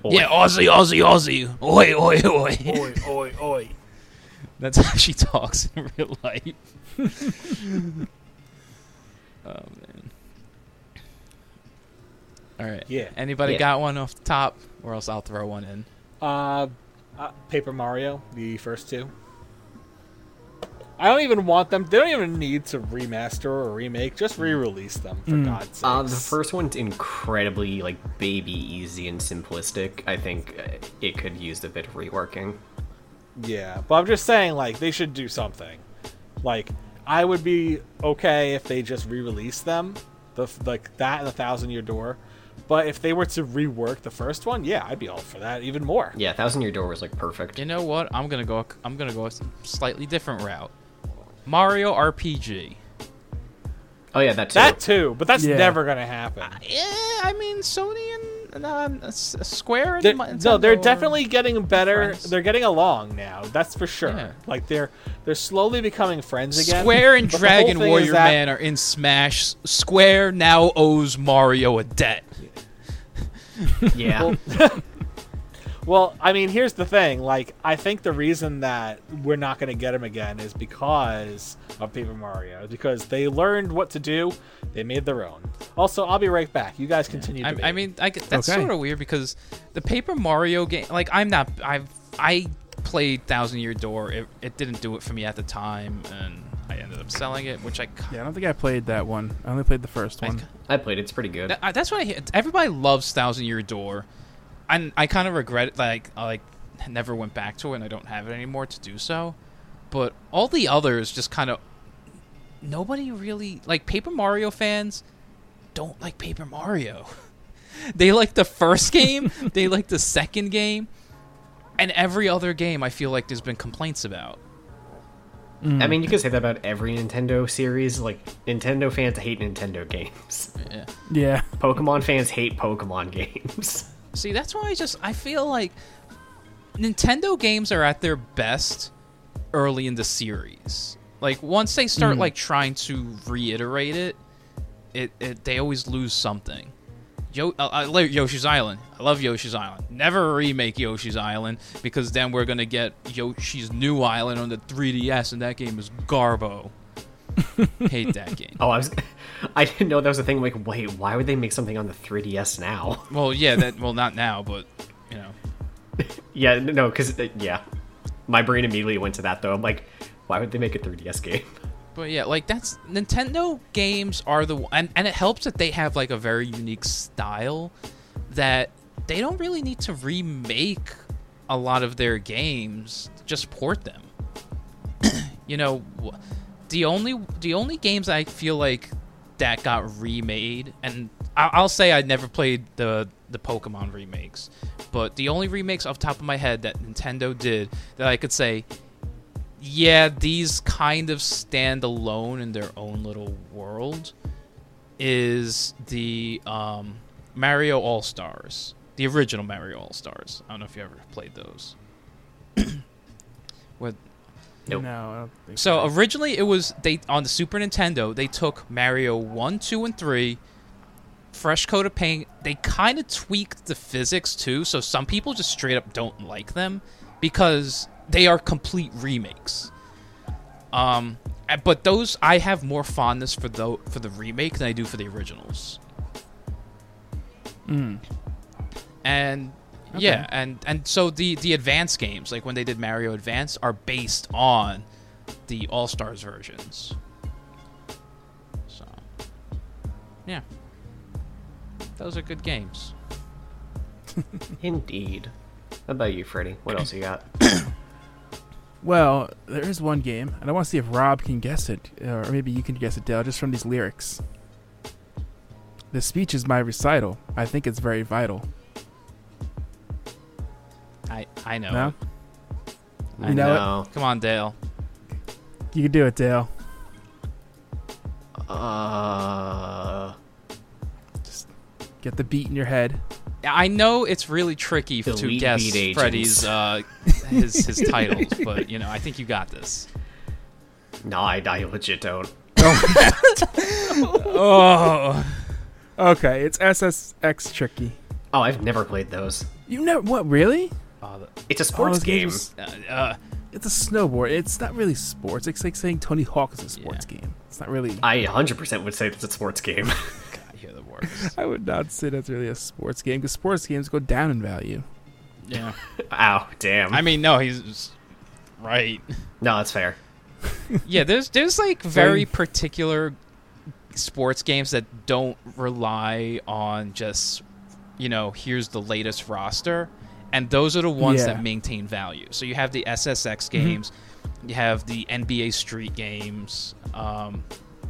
S4: Or-
S3: Yeah, Aussie, Aussie, Aussie. Oi, oi, oi.
S1: Oi, oi, oi.
S3: That's how she talks in real life. oh, man. All right.
S2: Yeah.
S3: Anybody
S4: Yeah.
S3: got one off the top, or else I'll throw one in.
S2: Uh, uh, Paper Mario, the first two. I don't even want them. They don't even need to remaster or remake. Just re-release them
S3: Hmm.
S2: for God's sake.
S4: Uh, the first one's incredibly like baby easy and simplistic. I think uh, it could use a bit of reworking.
S2: yeah, but I'm just saying, like, they should do something. Like, I would be okay if they just re-release them, the f- like that and the Thousand Year Door. But if they were to rework the first one, yeah, I'd be all for that even more.
S4: Yeah, Thousand Year Door was like perfect.
S3: You know what? I'm gonna go. I'm gonna go a slightly different route. Mario RPG.
S4: Oh yeah, that too.
S2: That too, but that's
S1: Yeah.
S2: never gonna happen.
S3: Yeah, I mean Sony and um, S- Square. And
S2: They're-
S3: Mi-
S2: no, they're
S3: Nintendo are-
S2: definitely getting better.
S3: friends.
S2: They're getting along now. That's for sure.
S3: Yeah.
S2: Like they're they're slowly becoming friends again.
S3: Square and
S2: But the whole
S3: Dragon
S2: thing is
S3: Warrior
S2: that-
S3: Man are in Smash. Square now owes Mario a debt.
S4: yeah.
S2: Well, I mean, here's the thing. Like, I think the reason that we're not going to get him again is because of Paper Mario. Because they learned what to do. They made their own. Also, I'll be right back. You guys continue.
S3: I, I
S2: debating.
S3: mean, I, g- that's
S1: Okay.
S3: sort of weird because the Paper Mario game. Like, I'm not. I've I played Thousand Year Door. It, it didn't do it for me at the time, and I ended up selling it, which I. ki-
S1: Yeah, I don't think I played that one. I only played the first one.
S4: I played. it, It's pretty good.
S3: That- I- uh, that's what I hear. Everybody loves Thousand Year Door, and I kind of regret it. Like, I like never went back to it, and I don't have it anymore to do so. But all the others just kind of nobody really like Paper Mario fans don't like Paper Mario. they like the first game, they like the second game, and every other game I feel like there's been complaints about.
S4: I
S3: Mm.
S4: mean, you could say that about every Nintendo series. Like Nintendo fans hate Nintendo games.
S3: Yeah.
S1: Yeah.
S4: Pokemon fans hate Pokemon games.
S3: See, that's why I just I feel like Nintendo games are at their best early in the series. Like once they start like trying to reiterate it, it, it they always lose something. Yo, uh, I love Yoshi's Island. I love Yoshi's Island. Never remake Yoshi's Island because then we're gonna get Yoshi's New Island on the 3DS, and that game is garbo. Hate that game.
S4: Oh, I was. I didn't know that was a thing. Like, wait, why would they make something on the 3DS now?
S3: Well, yeah, that well not now, but you know,
S4: yeah, n- no, because yeah, my brain immediately went to that though. I'm like, why would they make a 3DS game?
S3: but yeah, like that's Nintendo games are the and and it helps that they have like a very unique style that they don't really need to remake a lot of their games. Just port them. you know, wh- the only the only games I feel like that got remade, and I- I'll say I never played the the Pokemon remakes, but the only remakes off the top of my head that Nintendo did that I could say, yeah, these kind of stand alone in their own little world, is the um, Mario All Stars, the original Mario All Stars. I don't know if you ever played those. what
S4: Nope.
S1: No, I don't think
S3: so originally it was they on the Super Nintendo, they took Mario 1, 2 and 3 fresh coat of paint. They kind of tweaked the physics too, so some people just straight up don't like them because they are complete remakes. Um uh, but those I have more fondness for the for the remake than I do for the originals.
S1: Mm.
S3: And yeah, and and so the the advanced games, like when they did Mario Advance, are based on the All Stars versions. So yeah, those are good games.
S4: Indeed. How about you, Freddy? What else you got?
S1: Well, there is one game, and I want to see if Rob can guess it, or maybe you can guess it, Dale, just from these lyrics. The speech is my recital. I think it's very vital.
S3: I I know.
S1: No?
S4: I
S1: You know it?
S4: know.
S3: Come on, Dale.
S1: You can do it, Dale.
S4: Uh,
S1: Just get the beat in your head.
S3: I know it's really tricky
S4: The
S3: to
S4: lead
S3: guess
S4: beat agents.
S3: Freddy's uh, his his titles, but you know I think you got this.
S4: no, I, I legit don't.
S3: Oh,
S1: Okay, it's SSX Tricky.
S4: Oh, I've never played those.
S1: You know what? Really?
S4: It's a sports
S1: Oh, those
S4: game.
S1: games
S3: uh, uh,
S1: It's a snowboard. It's not really sports. It's like saying Tony Hawk is a sports game. It's not really.
S4: I 100% would say it's a sports game.
S3: God, I hear the words.
S1: I would not say that's really a sports game because sports games go down in value.
S3: Yeah.
S4: Ow, damn.
S3: I mean, no, he's right.
S4: no, that's fair.
S3: yeah, there's there's like very
S1: Same.
S3: particular sports games that don't rely on just you know here's the latest roster, and those are the ones
S1: Yeah. Mm-hmm.
S3: that maintain value. So you have the SSX games, you have the NBA Street games, um,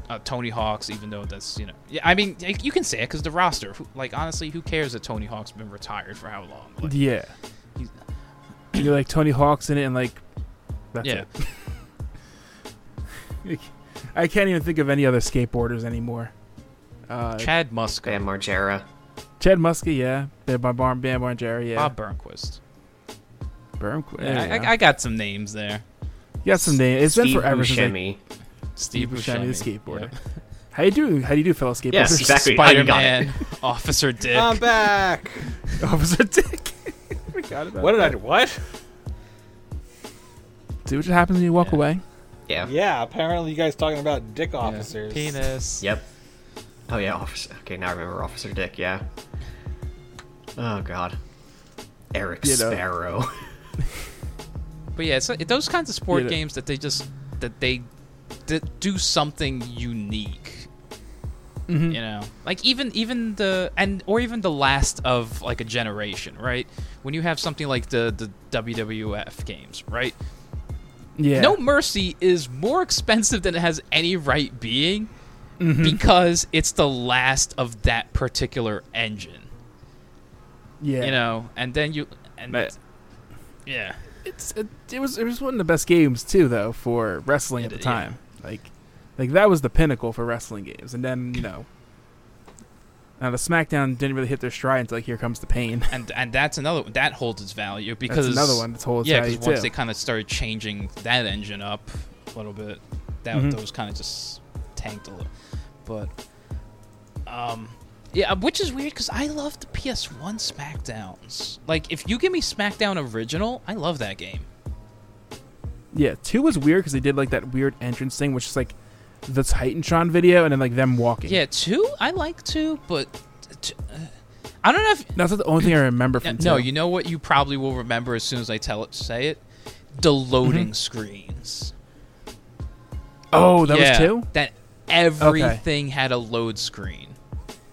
S3: uh, Tony Hawk's. Even though that's you know, yeah, I mean like, you can say it because the roster. Who, like honestly, who cares that Tony Hawk's been retired for how long? Like,
S1: Yeah.
S3: He's-
S1: You're like Tony Hawk's in it, and like, that's
S3: Yeah.
S1: it. I can't even think of any other skateboarders anymore. Uh,
S3: Chad Muska,
S4: Bam Margera.
S1: Chad Muska, yeah. Bam Bam Bam Bam Margera, yeah.
S3: Bob Burnquist.
S1: Bermqu-
S3: Yeah,
S1: there you
S3: I, I got some names there.
S1: go. You got some name. It's
S4: Steve
S1: been forever since. I-
S4: Buscemi.
S3: Steve
S1: Buscemi,
S3: Buscemi,
S1: the skateboarder.
S3: Yep.
S1: How you do? How do you do, fellow skateboarders?
S4: Yes, exactly. I
S3: Spider
S4: got it. Um,
S3: Man, Officer Dick.
S2: I'm back.
S1: Officer Dick. Forgot about
S2: What did I do? What?
S1: See what happens when you walk
S3: Yeah.
S1: away.
S4: Yeah.
S2: Yeah, apparently you guys talking about dick
S3: Yeah.
S2: officers.
S3: Penis.
S4: Yep. Oh yeah, officer. Okay, now I remember Officer Dick. Yeah. Oh god. Eric
S1: You know.
S4: Sparrow.
S3: But yeah, it's, those kinds of sport
S1: Yeah.
S3: games that they just that they that do something unique.
S1: Mm-hmm. Mm.
S3: You know, like even even the and or even the last of like a generation, right? When you have something like the the WWF games, right?
S1: Yeah.
S3: No Mercy is more expensive than it has any right being
S1: Mm-hmm.
S3: because it's the last of that particular engine.
S1: Yeah.
S3: You know, and then you and
S1: But-
S3: yeah.
S1: it's it, it was it was one of the best games too, though, for wrestling at
S3: It-
S1: the
S3: yeah.
S1: time. Like, like that was the pinnacle for wrestling games, and then you know. Now the SmackDown didn't really hit their stride until like Here Comes the Pain.
S3: and and that's another one that holds its value because
S1: That's another one that's whole
S3: yeah
S1: value
S3: because once
S1: too.
S3: they kind of started changing that engine up a little bit that
S1: Mhm.
S3: those kind of just tanked a little but um Yeah, which is weird because I love the PS1 SmackDowns. Like, if you give me SmackDown Original, I love that game.
S1: Yeah, two was weird because they did like that weird entrance thing, which is like the Titantron video and then like them walking.
S3: Yeah, two, I like two, but t- uh, I don't know if
S1: that's not the only thing I remember
S3: Yeah,
S1: from.
S3: No,
S1: two.
S3: you know what you probably will remember as soon as I tell it say it? The loading screens.
S1: Mm-hmm. Oh, that
S3: Yeah,
S1: was two.
S3: That everything had a load screen.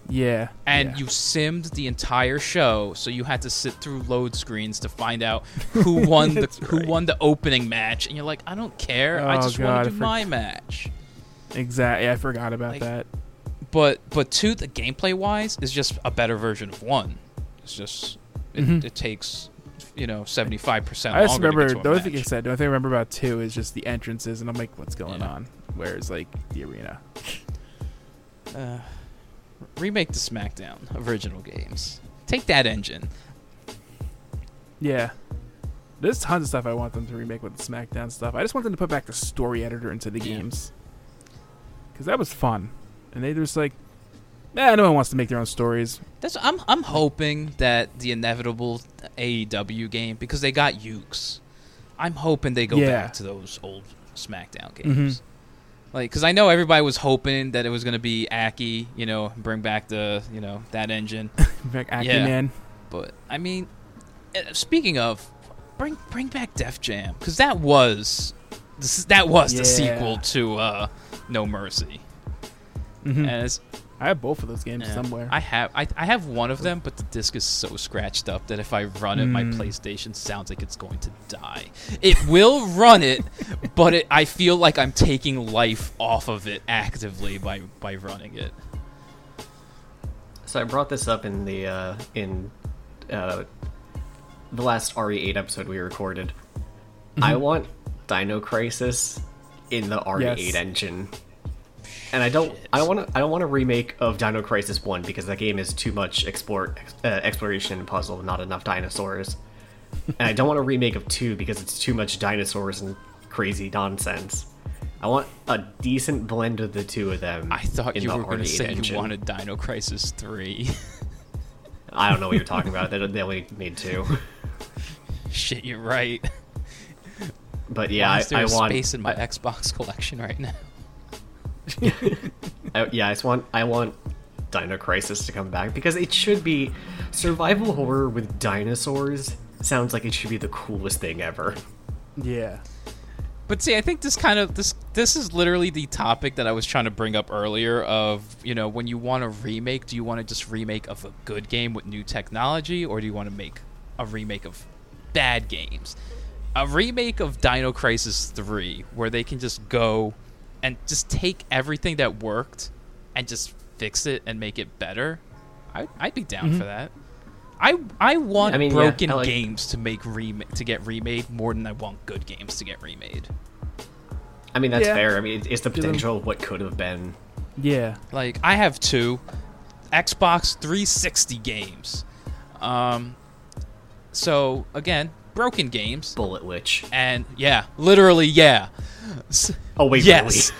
S1: Yeah,
S3: And
S1: yeah.
S3: you simmed the entire show, so you had to sit through load screens to find out who won the
S1: That's
S3: who
S1: right.
S3: won the opening match, and you're like, I don't care, I
S1: Oh,
S3: just
S1: God, I
S3: want to do
S1: forg-
S3: my match.
S1: exactly. I forgot about
S3: Like-
S1: that.
S3: But but two, the gameplay wise is just a better version of one. It's just it,
S1: Mhm.
S3: it takes you know seventy five percent.
S1: I just
S3: remember
S1: remember the only thing I said. The only thing I remember about two is just the entrances, and I'm like, what's going
S3: Yeah.
S1: on? Where's like the arena?
S3: uh, remake the SmackDown original games. Take that engine.
S1: Yeah. There's tons of stuff I want them to remake with the SmackDown stuff. I just want them to put back the story editor into the
S3: Yeah.
S1: games. Because that was fun. And they just like, nah, no one wants to make their own stories.
S3: That's I'm I'm hoping that the inevitable AEW game because they got Ukes. I'm hoping they go
S1: Yeah. Mm-hmm.
S3: back to those old SmackDown games. Like, because I know everybody was hoping that it was gonna be Aki, you know, bring back the you know that engine.
S1: Like Acme
S3: Yeah.
S1: Man.
S3: But I mean, eh, speaking of, bring bring back Def Jam because that was this, that was
S1: Yeah.
S3: the sequel to uh, No Mercy,
S1: Mhm.
S3: and it's
S1: I have both of those games
S3: Yeah.
S1: somewhere.
S3: I have I, I have one of them, but the disc is so scratched up that if I run it, my
S4: Hmm.
S1: Mm.
S3: PlayStation sounds like it's going to die. It will run it, but it, I feel like I'm taking life off of it actively by by running it.
S4: So I brought this up in the uh, in uh, the last RE8 episode we recorded. I
S3: Mm-hmm.
S4: want Dino Crisis in the RE8
S1: Yes.
S4: engine, and I don't I don't want to I don't want a remake of Dino Crisis One because that game is too much explore uh, exploration and puzzle, not enough dinosaurs. and I don't want a remake of two because it's too much dinosaurs and crazy nonsense. I want a decent blend of the two of them.
S3: I thought
S4: in
S3: you
S4: the
S3: were going to
S4: RE8
S3: say you
S4: engine.
S3: wanted Dino Crisis Three.
S4: I don't know what you're talking about. They, they only made two.
S3: Shit, you're right.
S4: But yeah,
S3: Why
S4: I,
S3: is there
S4: I
S3: a
S4: want.
S3: space in my
S4: I-
S3: Xbox collection right now?
S4: I- yeah, I just want. I want Dino Crisis to come back because it should be survival horror with dinosaurs. Sounds like it should be the coolest thing ever.
S1: yeah.
S3: But see, I think this kind of this this is literally the topic that I was trying to bring up earlier of, you know, when you want to remake, do you want to just remake of a good game with new technology or do you want to make a remake of bad games? A remake of Dino Crisis 3 where they can just go and just take everything that worked and just fix it and make it better. I I'd be down for that. I I want
S4: Mm-hmm. I mean, yeah,
S3: broken
S4: I like-
S3: games to make rem- to get remade more than I want good games to get remade.
S4: I mean, that's
S1: Yeah.
S4: fair. I mean, it, it's the
S1: Give them-
S4: potential of what could have been.
S1: Yeah.
S3: Like I have two Xbox 360 games. Um so again, broken games
S4: Bullet Witch.
S3: and yeah, literally yeah. S-
S4: Oh wait,
S3: yes.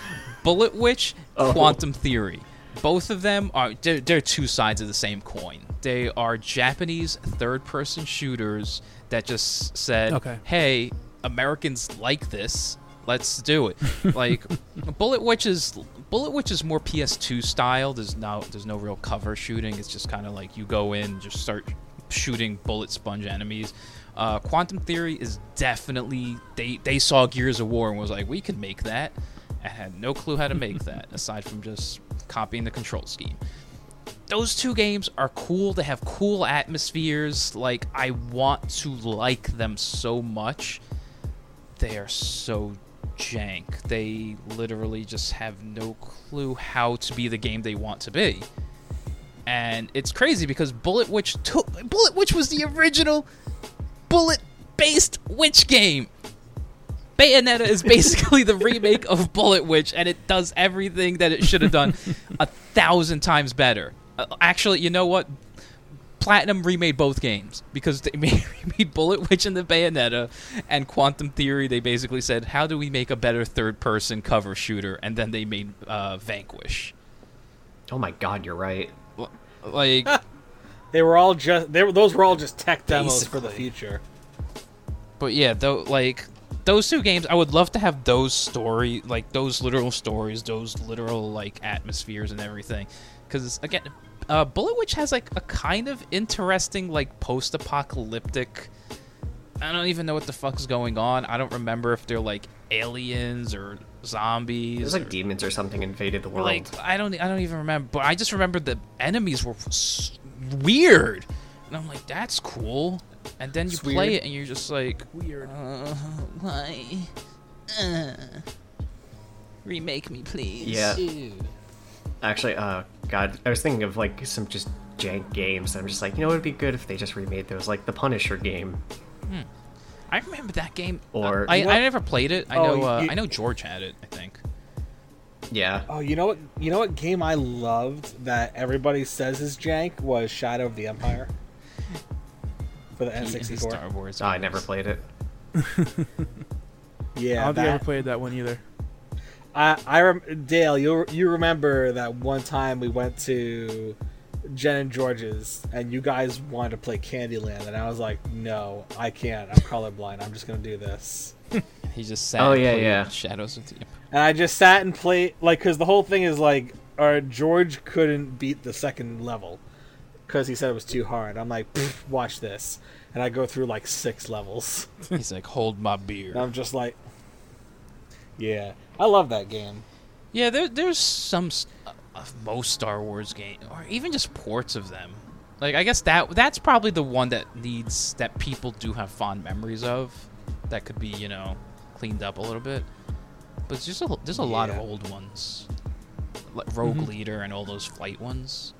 S3: Bullet Witch,
S4: Oh.
S3: Quantum Theory. Both of them are they're, they're two sides of the same coin. They are Japanese third-person shooters that just said,
S1: Okay.
S3: "Hey, Americans like this. Let's do it." like Bullet Witch is Bullet Witch is more PS2 style. There's no there's no real cover shooting. It's just kind of like you go in and just start shooting bullet sponge enemies. Uh, Quantum Theory is definitely they they saw Gears of War and was like, "We could make that." I had no clue how to make that aside from just copying the control scheme those two games are cool. They have cool atmospheres. Like I want to like them so much. They are so jank. They literally just have no clue how to be the game they want to be. And it's crazy because Bullet Witch took Bullet Witch was the original bullet based witch game. Bayonetta is basically the remake of Bullet Witch, and it does everything that it should have done a thousand times better. Uh, actually, you know what? Platinum remade both games because they made, remade Bullet Witch and the Bayonetta, and Quantum Theory. They basically said, "How do we make a better third-person cover shooter?" And then they made uh, Vanquish.
S4: Oh my god, you're right.
S3: L- Like,
S2: They were all just they were, those were all just tech demos for the
S3: Basically.
S2: future.
S3: but yeah, though, like those two games, I would love to have those story, like those literal stories, those literal like atmospheres and everything. Because again, uh, Bullet Witch has like a kind of interesting like post-apocalyptic. I don't even know what the fuck's going on. I don't remember if they're like aliens or zombies.
S4: It was
S3: or-
S4: like demons or something invaded the world.
S3: Like I don't, I don't even remember. But I just remember the enemies were s- weird, and I'm like, that's cool. And then you
S4: It's
S3: play
S4: weird.
S3: it, and you're just like, weird. Uh, why? Uh, remake me, please.
S4: Yeah. Actually, uh, God, I was thinking of like some just jank games. I'm just like, you know, it'd be good if they just remade those, like the Punisher game.
S3: I remember that game. Uh,
S4: Or-
S3: I,
S2: What?
S3: I never played it. I
S2: Oh,
S3: know. Uh,
S2: you-
S3: I know George had it. I think.
S4: Yeah,
S2: Oh, you know what? You know what game I loved that everybody says is jank was Shadow of the Empire for the
S3: Star
S2: N64.
S3: Wars.
S4: Oh, I
S3: games.
S4: never played it.
S1: I don't
S2: Yeah,
S1: think I
S2: that,
S1: ever played that one either.
S2: I, I rem- Dale, you you remember that one time we went to Jen and George's and you guys wanted to play Candyland and I was like, no, I can't. I'm colorblind. I'm just gonna do this.
S3: He just sat.
S4: Oh,
S3: and
S4: yeah,
S3: played
S4: yeah.
S3: Shadows of the Empire.
S2: And I just sat and played like because the whole thing is like, or George couldn't beat the second level because he said it was too hard. I'm like, "Pfft, watch this, and I go through like six levels.
S3: He's like, hold my beer.
S2: And I'm just like, yeah, I love that game.
S3: Yeah, there, there's some s- uh, of most Star Wars game, or even just ports of them. Like I guess that that's probably the one that needs that people do have fond memories of, that could be you know cleaned up a little bit. But it's just a, there's a lot of
S2: Yeah.
S3: old ones, like Rogue Leader and all those flight ones,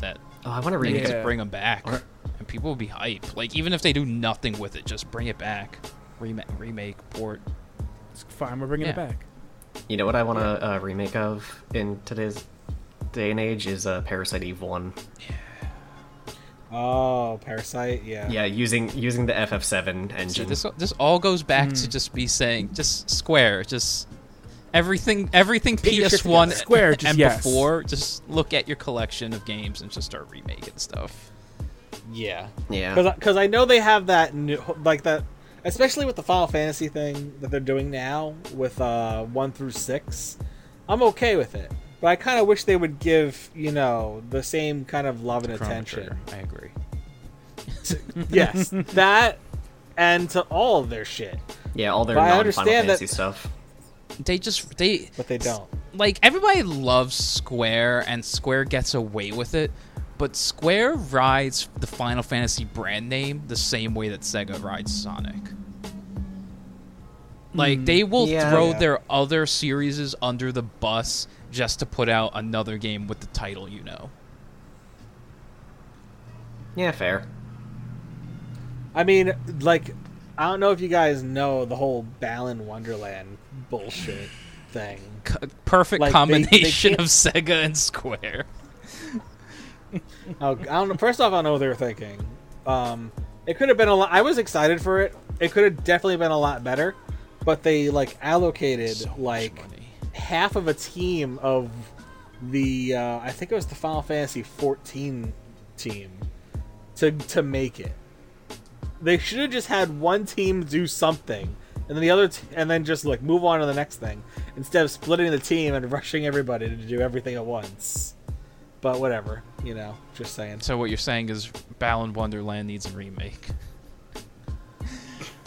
S3: that
S4: Oh, I want to
S3: they
S4: remake
S3: need
S4: it.
S3: to bring them back,
S4: Or-
S3: and people will be hype. Like even if they do nothing with it, just bring it back, Rema remake port.
S1: It's fine. We're bringing it
S3: Yeah.
S1: back.
S4: You know what I want to uh, remake of in today's day and age is uh, Parasite Eve One.
S2: Oh, Parasite, yeah.
S4: Yeah, using using the FF7
S3: See,
S4: engine.
S3: this this all goes back to just be saying just square, just everything everything
S2: Get your shit
S3: PS1
S2: together.
S1: Square,
S3: and,
S1: just yes.
S3: before. Just look at your collection of games and just start remaking stuff.
S2: Yeah.
S4: Yeah.
S2: Because I know they have that new, like that, especially with the Final Fantasy thing that they're doing now with uh, 1 through 6. I'm okay with it. But I kind of wish they would give, you know, the same kind of love and attention.
S3: I agree.
S2: yes. That and to all of their shit.
S4: Yeah, all their
S2: But I
S4: non Final
S2: understand
S4: Fantasy
S2: that-
S4: stuff.
S3: They just they
S2: But they don't.
S3: like everybody loves Square and Square gets away with it, but Square rides the Final Fantasy brand name the same way that Sega rides Sonic. Like they will
S4: Yeah.
S3: throw
S2: Mm, Yeah.
S3: their other series under the bus just to put out another game with the title you know.
S4: Yeah, fair.
S2: I mean, like, I don't know if you guys know the whole Balan Wonderland bullshit thing.
S3: C- perfect
S2: Like, they- they
S3: combination
S2: can't-
S3: of Sega and Square.
S2: Oh, I don't know. First off, I don't know what they were thinking. Um, it could have been a lot. I was excited for it. It could have definitely been a lot better, but they like allocated
S3: So much
S2: like
S3: money.
S2: half of a team of the uh, I think it was the Final Fantasy 14 team to to make it. They should have just had one team do something, and then the other, t- and then just like move on to the next thing instead of splitting the team and rushing everybody to do everything at once. But whatever, you know, just saying.
S3: So what you're saying is Balan Wonderland needs a remake.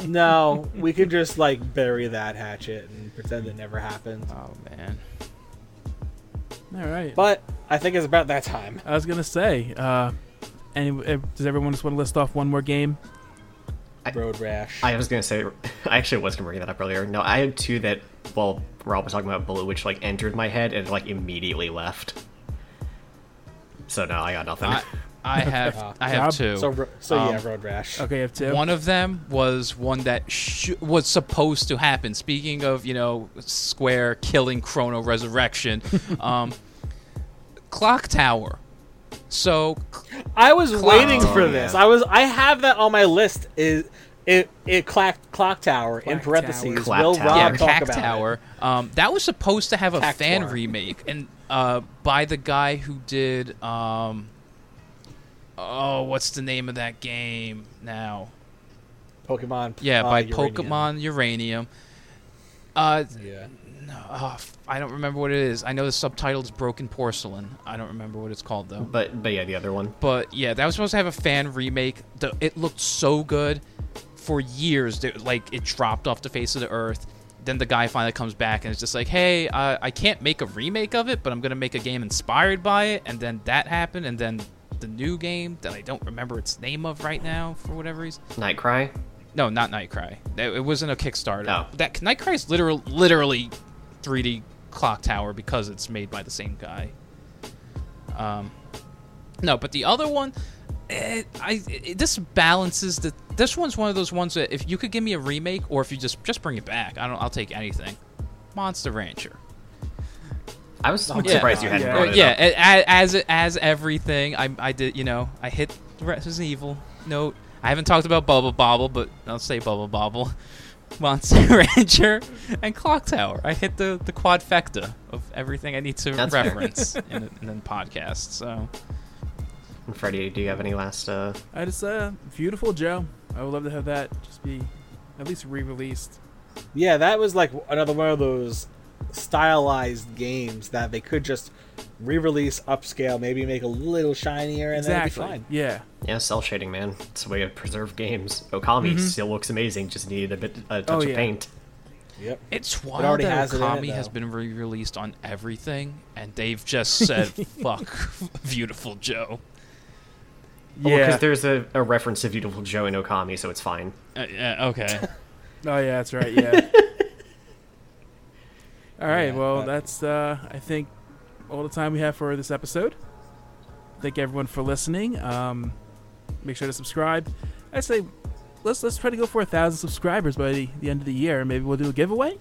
S2: No, we could just like bury that hatchet and pretend it never happened.
S3: Oh man.
S1: All right.
S2: But I think it's about that time.
S1: I was gonna say. Uh, any, uh, does everyone just want to list off one more game?
S2: Road rash.
S4: I was gonna say, I actually was gonna bring that up earlier. No, I had two that while Rob was talking about Bullet, which like entered my head and like immediately left. So no, I got nothing.
S3: I, I have I have
S1: Rob,
S3: two.
S2: so ro- so
S3: Um,
S2: yeah, road rash.
S1: Okay, I have two.
S3: One of them was one that sh- was supposed to happen. Speaking of, you know, Square killing Chrono Resurrection, um, Clock Tower. So, c-
S2: I was waiting
S3: Tower.
S2: for this.
S4: Yeah.
S2: I was I have that on my list. Is it it clock clock tower in
S1: Clack
S2: parentheses?
S1: Tower.
S4: Clack
S2: Will
S4: Tower.
S2: Rob
S3: yeah,
S4: I'll
S2: talk
S3: Cack
S2: about
S3: uh, Tower. Um, that was supposed to have a
S2: Cack
S3: fan
S2: Tower.
S3: remake, and uh, by the guy who did um, Oh, what's the name of that game now?
S2: Pokemon.
S3: Yeah,
S2: uh,
S3: by
S2: Uranium.
S3: Pokemon Uranium. Uh,
S2: Yeah.
S3: no, oh, f- I don't remember what it is. I know the subtitle is Broken Porcelain. I don't remember what it's called though.
S4: But but yeah, the other one.
S3: But yeah, that was supposed to have a fan remake. The, it looked so good for years. That, like it dropped off the face of the earth. Then the guy finally comes back and it's just like, "Hey, uh, I can't make a remake of it, but I'm gonna make a game inspired by it." And then that happened, and then the new game that I don't remember its name of right now for whatever reason.
S4: Nightcry.
S3: No, not Nightcry. That- It wasn't a Kickstarter.
S4: Oh.
S3: That Nightcry is literal, literally 3D Clock Tower because it's made by the same guy. Um, no, but the other one, eh, I it, this balances the. This one's one of those ones that if you could give me a remake or if you just just bring it back, I don't. I'll take anything. Monster Rancher.
S4: I was
S2: Oh,
S4: somewhat
S3: yeah.
S4: surprised you hadn't
S2: Yeah.
S4: brought
S3: Uh,
S4: it
S3: yeah,
S4: up.
S3: a- a- as as everything, I I did you know I hit Resident Evil note. I haven't talked about Bubble Bobble, but I'll say Bubble Bobble, Monster Rancher, and Clock Tower. I hit the the quadfecta of everything I need to
S4: That's fair.
S3: reference in a- in a podcast. So
S4: And Freddie, do you have any last? Uh,
S1: I just uh, beautiful Joe. I would love to have that just be at least re-released.
S2: Yeah, that was like another one of those stylized games that they could just re-release, upscale, maybe make a little shinier, and
S1: exactly.
S2: that'd be fine.
S1: Yeah.
S4: yeah, cell shading, man. It's a way to preserve games. Okami still looks amazing. Just needed a bit a touch
S1: Mm-hmm. Oh,
S4: of
S1: yeah.
S4: paint.
S2: Yep.
S3: it's wild
S2: already
S3: that
S2: has it in it,
S3: Okami has
S2: though.
S3: been re-released on everything, and they've just said "fuck, Beautiful Joe."
S4: Oh, Well,
S1: yeah.
S4: because there's a, a reference to Beautiful Joe and Okami, so it's fine.
S3: Uh, yeah, okay.
S1: Oh yeah, that's right. Yeah. All right.
S2: Yeah,
S1: well,
S2: but-
S1: that's uh, I think all the time we have for this episode. Thank everyone for listening. Um, make sure to subscribe. I say, let's let's try to go for a thousand subscribers by the, the end of the year. Maybe we'll do a giveaway.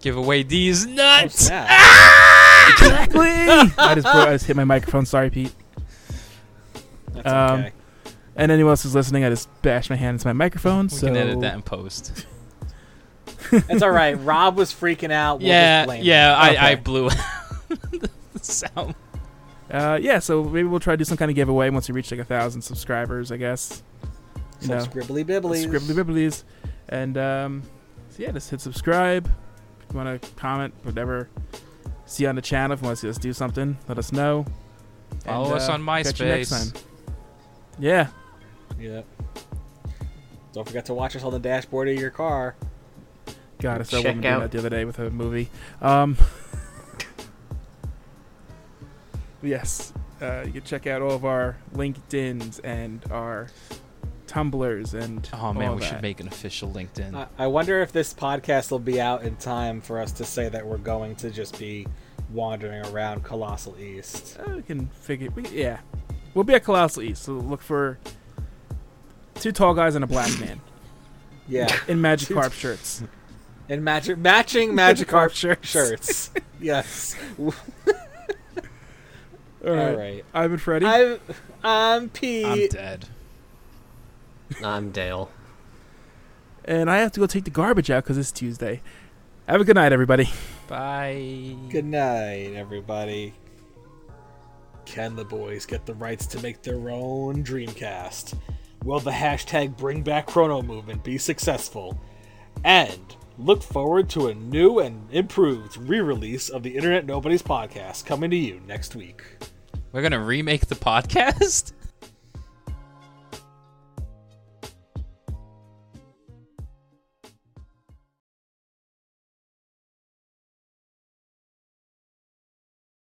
S3: Give away these
S2: Oh,
S3: nuts.
S2: snap.
S1: Exactly. I just broke, I just hit my microphone. Sorry, Pete.
S2: That's
S1: Um,
S2: okay.
S1: And anyone else who's listening, I just bashed my hand into my microphone.
S3: we
S1: so
S3: can edit that in post.
S2: It's all right. Rob was freaking out. We'll
S3: yeah,
S2: just blame him.
S3: yeah, I, I
S1: Okay.
S3: blew the sound.
S1: Uh, yeah, so maybe we'll try to do some kind of giveaway once we reach like a thousand subscribers, I guess. You
S2: Some
S1: know,
S2: scribbly bibblies.
S1: scribbly bibblies, and um, so yeah, just hit subscribe. If you want to comment, whatever, see you on the channel. If you want to see us do something, let us know. uh,
S3: Follow us on
S1: catch you next
S3: MySpace.
S1: time. Yeah,
S2: Yep. Don't forget to watch us on the dashboard of your car.
S1: God, I saw a
S4: Check
S1: woman doing
S4: out-
S1: that the other day with a movie. Um, yes, uh, you can check out all of our LinkedIn's and our Tumblrs and
S3: Oh man,
S1: all
S3: we
S1: that. Uh,
S3: should make an official LinkedIn.
S2: I, I wonder if this podcast will be out in time for us to say that we're going to just be wandering around Colossal East.
S1: Uh, we can figure. We, yeah, we'll be at Colossal East. So look for two tall guys and a black man
S2: Yeah.
S1: in Magikarp shirts.
S2: And magic matching Magikarp
S1: Magikarp
S2: shirts. shirts. yes.
S1: All
S2: All
S1: right.
S2: right.
S1: I've been Freddy.
S2: I'm, I'm
S3: I'm
S1: eh.
S2: Pete.
S3: dead.
S4: I'm Dale.
S1: and I have to go take the garbage out because it's Tuesday. Have a good night, everybody.
S3: Bye.
S2: Good night, everybody. Can the boys get the rights to make their own Dreamcast? Will the hashtag Bring Back Chrono Movement be successful? And look forward to a new and improved re release of the Internet Nobody's podcast coming to you next week.
S3: We're gonna remake the podcast.